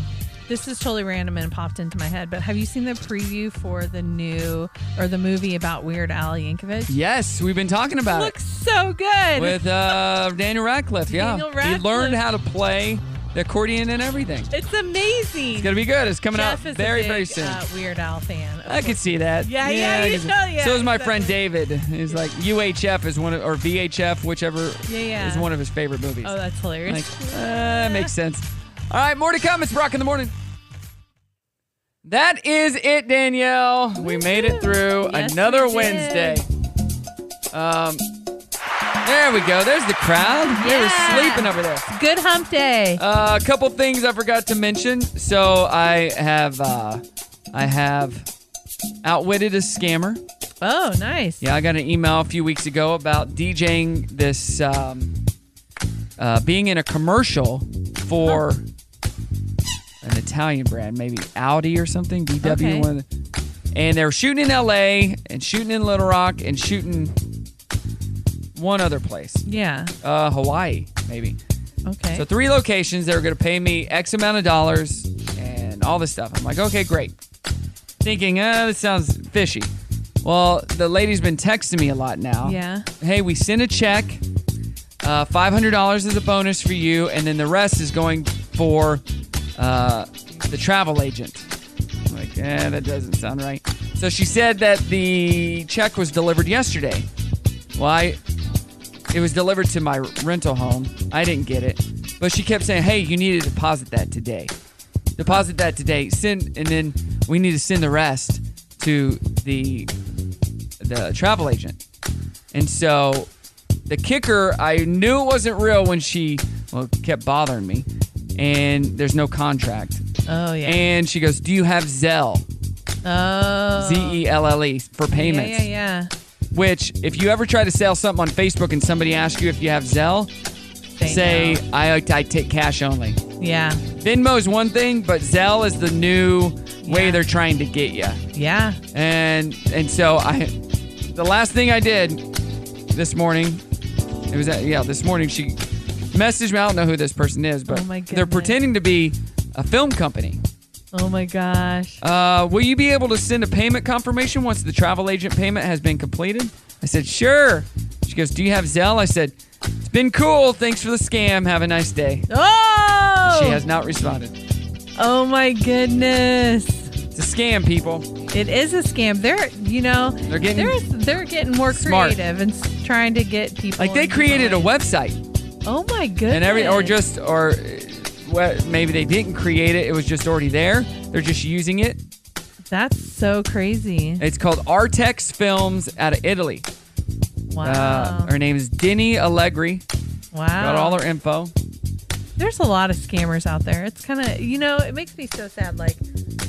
Speaker 5: This is totally random and popped into my head, but have you seen the preview for the new or the movie about Weird Al Yankovic?
Speaker 1: Yes, we've been talking about
Speaker 5: Looks so good.
Speaker 1: it with uh, Daniel Radcliffe. Yeah,
Speaker 5: Daniel
Speaker 1: he learned how to play the accordion and everything.
Speaker 5: it's amazing.
Speaker 1: It's gonna be good. It's coming
Speaker 5: Jeff
Speaker 1: out
Speaker 5: is
Speaker 1: very
Speaker 5: a big,
Speaker 1: very soon.
Speaker 5: Uh, Weird Al fan. of
Speaker 1: I could
Speaker 5: course.
Speaker 1: see that.
Speaker 5: Yeah, yeah,
Speaker 1: I
Speaker 5: you
Speaker 1: could see-
Speaker 5: know, yeah,
Speaker 1: So is my friend David. He's like UHF is one of or VHF, whichever
Speaker 5: Yeah, yeah.
Speaker 1: is one of his favorite movies.
Speaker 5: Oh, that's hilarious.
Speaker 1: Like, uh, makes sense. All right, more to come. It's Brock in the morning. That is it, Danielle. We made it through
Speaker 5: Yes,
Speaker 1: another
Speaker 5: we did.
Speaker 1: Wednesday. Um, there we go. There's the crowd. They
Speaker 5: Yeah.
Speaker 1: were sleeping over there.
Speaker 5: Good hump day.
Speaker 1: Uh, a couple things I forgot to mention. So I have uh, I have outwitted a scammer.
Speaker 5: Oh, nice.
Speaker 1: Yeah, I got an email a few weeks ago about DJing this um, uh, being in a commercial for an Italian brand, maybe Audi or something, VW.
Speaker 5: Okay.
Speaker 1: One of the, and they were shooting in LA and shooting in Little Rock and shooting one other place.
Speaker 5: Yeah.
Speaker 1: Uh, Hawaii, maybe.
Speaker 5: Okay.
Speaker 1: So three locations. They were going to pay me X amount of dollars and all this stuff. I'm like, okay, great. Thinking, uh, this sounds fishy. Well, the lady's been texting me a lot now.
Speaker 5: Yeah.
Speaker 1: Hey, we sent a check. Uh, Five hundred dollars is a bonus for you, and then the rest is going for uh, the travel agent. I'm like, eh, that doesn't sound right. So she said that the check was delivered yesterday. Well, I, it was delivered to my rental home. I didn't get it, but she kept saying, "Hey, you need to deposit that today. Deposit that today. Send." And then We need to send the rest to the the travel agent. And so the kicker, I knew it wasn't real when she well it kept bothering me. And there's no contract.
Speaker 5: Oh yeah.
Speaker 1: And she goes, "Do you have Zelle?"
Speaker 5: oh.
Speaker 1: Z E L L E for payments.
Speaker 5: Yeah, yeah,
Speaker 1: Which, if you ever try to sell something on Facebook and somebody asks you if you have Zelle, say I, I take cash only.
Speaker 5: yeah.
Speaker 1: Venmo's one thing, but Zelle is the new way they're trying to get you.
Speaker 5: Yeah.
Speaker 1: And and so I, the last thing I did this morning, it was at, yeah this morning she messaged me. I don't know who this person is, but
Speaker 5: Oh my
Speaker 1: they're
Speaker 5: goodness.
Speaker 1: pretending to be a film company.
Speaker 5: Yeah. Oh my gosh.
Speaker 1: Uh, will you be able to send a payment confirmation once the travel agent payment has been completed? I said, sure. She goes, do you have Zelle? I said, it's been cool. Thanks for the scam. Have a nice day.
Speaker 5: Oh.
Speaker 1: She has not responded.
Speaker 5: Oh my goodness.
Speaker 1: It's a scam, people.
Speaker 5: It is a scam. They're, you know, they're
Speaker 1: getting
Speaker 5: they're, they're getting more
Speaker 1: smart.
Speaker 5: creative and s- trying to get people.
Speaker 1: Like they
Speaker 5: into
Speaker 1: created a
Speaker 5: going.
Speaker 1: website
Speaker 5: Oh my goodness.
Speaker 1: and every, or just, or uh, well, maybe they didn't create it. It was just already there. They're just using it.
Speaker 5: That's so crazy.
Speaker 1: It's called Artex Films out of Italy.
Speaker 5: Wow.
Speaker 1: Uh, her name is Denny Allegri.
Speaker 5: Wow.
Speaker 1: Got all her info.
Speaker 5: There's a lot of scammers out there. It's kind of, you know, it makes me so sad. Like,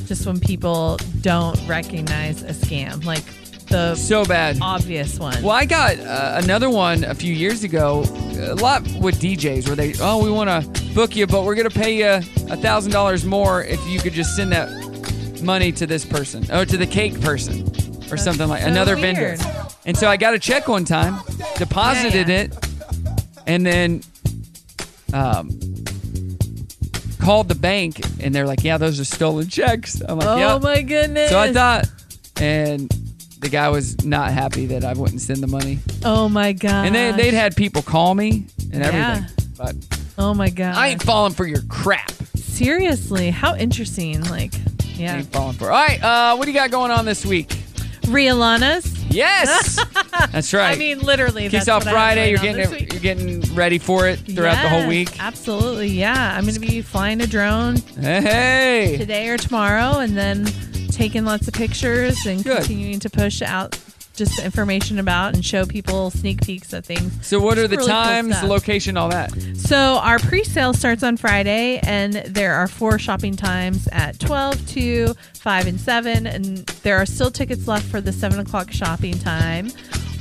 Speaker 5: just when people don't recognize a scam, like the
Speaker 1: so bad
Speaker 5: obvious one.
Speaker 1: Well, I got uh, another one a few years ago, a lot with DJs where they, oh, we want to book you, but we're going to pay you a thousand dollars more if you could just send that money to this person or to the cake person or something like
Speaker 5: so
Speaker 1: another
Speaker 5: weird.
Speaker 1: vendor. And so I got a check one time, deposited it, and then um, called the bank, and they're like, "Yeah, those are stolen checks." I'm like,
Speaker 5: oh
Speaker 1: "Yep."
Speaker 5: my goodness.
Speaker 1: So I thought, and the guy was not happy that I wouldn't send the money.
Speaker 5: Oh my god.
Speaker 1: And they, they'd had people call me and everything.
Speaker 5: Yeah.
Speaker 1: But
Speaker 5: Oh my god.
Speaker 1: I ain't falling for your crap.
Speaker 5: Seriously, how interesting. Like, yeah.
Speaker 1: ain't falling for. All right, uh, what do you got going on this week?
Speaker 5: Rialana's.
Speaker 1: Yes. That's right.
Speaker 5: I mean, literally.
Speaker 1: kicks
Speaker 5: that's
Speaker 1: off
Speaker 5: what I have
Speaker 1: Friday. You're
Speaker 5: going on
Speaker 1: getting
Speaker 5: this
Speaker 1: it, you're getting ready for it throughout the whole
Speaker 5: Yes,
Speaker 1: week.
Speaker 5: Absolutely, yeah. I'm going to be flying a drone
Speaker 1: Hey.
Speaker 5: today or tomorrow, and then taking lots of pictures and
Speaker 1: Good.
Speaker 5: continuing to push out just the information about and show people sneak peeks at things.
Speaker 1: So what are
Speaker 5: It's
Speaker 1: the
Speaker 5: really cool
Speaker 1: times,
Speaker 5: stuff.
Speaker 1: location, all that?
Speaker 5: So our pre-sale starts on Friday, and there are four shopping times at 12, 2, 5, and 7. And there are still tickets left for the 7 o'clock shopping time.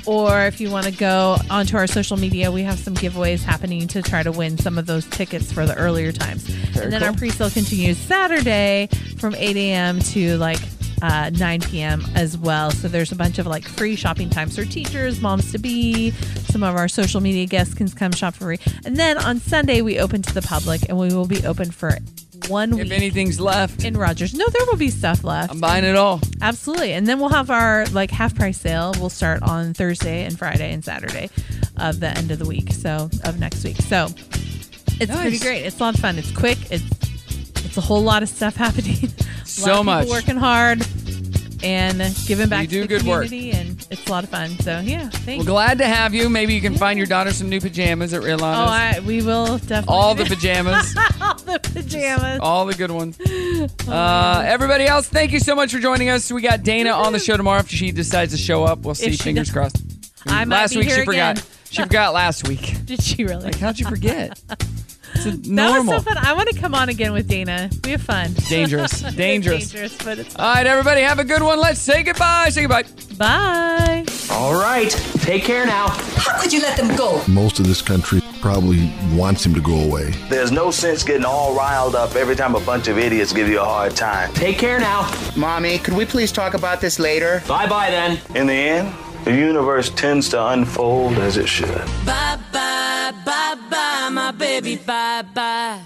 Speaker 5: Or if you want to go onto our social media, we have some giveaways happening to try to win some of those tickets for the earlier times.
Speaker 3: Very
Speaker 5: and then our
Speaker 3: cool.
Speaker 5: pre-sale continues Saturday from 8 a.m. to like uh, 9 p.m. as well. So there's a bunch of like free shopping times for teachers, moms to be. Some of our social media guests can come shop for free. And then on Sunday we open to the public, and we will be open for one
Speaker 1: If
Speaker 5: week
Speaker 1: anything's left,
Speaker 5: in Rogers. No, there will be stuff left.
Speaker 1: I'm buying it all.
Speaker 5: Absolutely. And then we'll have our like half price sale. We'll start on Thursday and Friday and Saturday of the end of the week. So of next week. So it's pretty
Speaker 3: Nice.
Speaker 5: great. It's a lot of fun. It's quick. It's it's a whole lot of stuff happening. A
Speaker 1: So
Speaker 5: lot of people
Speaker 1: much.
Speaker 5: working hard and giving back
Speaker 1: do
Speaker 5: to the
Speaker 1: good work.
Speaker 5: community and it's a lot of fun. So yeah,
Speaker 1: Well,
Speaker 5: thanks.
Speaker 1: glad to have you. Maybe you can find your daughter some new pajamas at Real
Speaker 5: oh,
Speaker 1: Honest.
Speaker 5: I, we will definitely
Speaker 1: all the Oh, pajamas,
Speaker 5: all the pajamas.
Speaker 1: all the good ones. Uh, everybody else, thank you so much for joining us. We got Dana on the show tomorrow if she decides to show up. We'll see.
Speaker 5: she
Speaker 1: Fingers
Speaker 5: does.
Speaker 1: crossed.
Speaker 5: I might
Speaker 1: last
Speaker 5: be
Speaker 1: week
Speaker 5: here
Speaker 1: she forgot.
Speaker 5: again.
Speaker 1: She forgot last week.
Speaker 5: Did she really?
Speaker 1: Like, how'd you forget? It's a
Speaker 5: That was
Speaker 1: normal.
Speaker 5: so fun. I want to come on again with Dana. We have fun.
Speaker 1: Dangerous.
Speaker 5: It's
Speaker 1: Dangerous.
Speaker 5: dangerous, but it's
Speaker 1: All right, everybody, have a good one. Let's say goodbye. Say goodbye.
Speaker 5: Bye.
Speaker 23: All right. Take care now.
Speaker 6: How could you let them go?
Speaker 7: Most of this country probably wants him to go away.
Speaker 23: There's no sense getting all riled up every time a bunch of idiots give you a hard time. Take care now.
Speaker 10: Mommy, could we please talk about this later?
Speaker 23: Bye bye then. In the end, the universe tends to unfold as it should.
Speaker 3: Bye bye, bye bye, my baby, bye bye.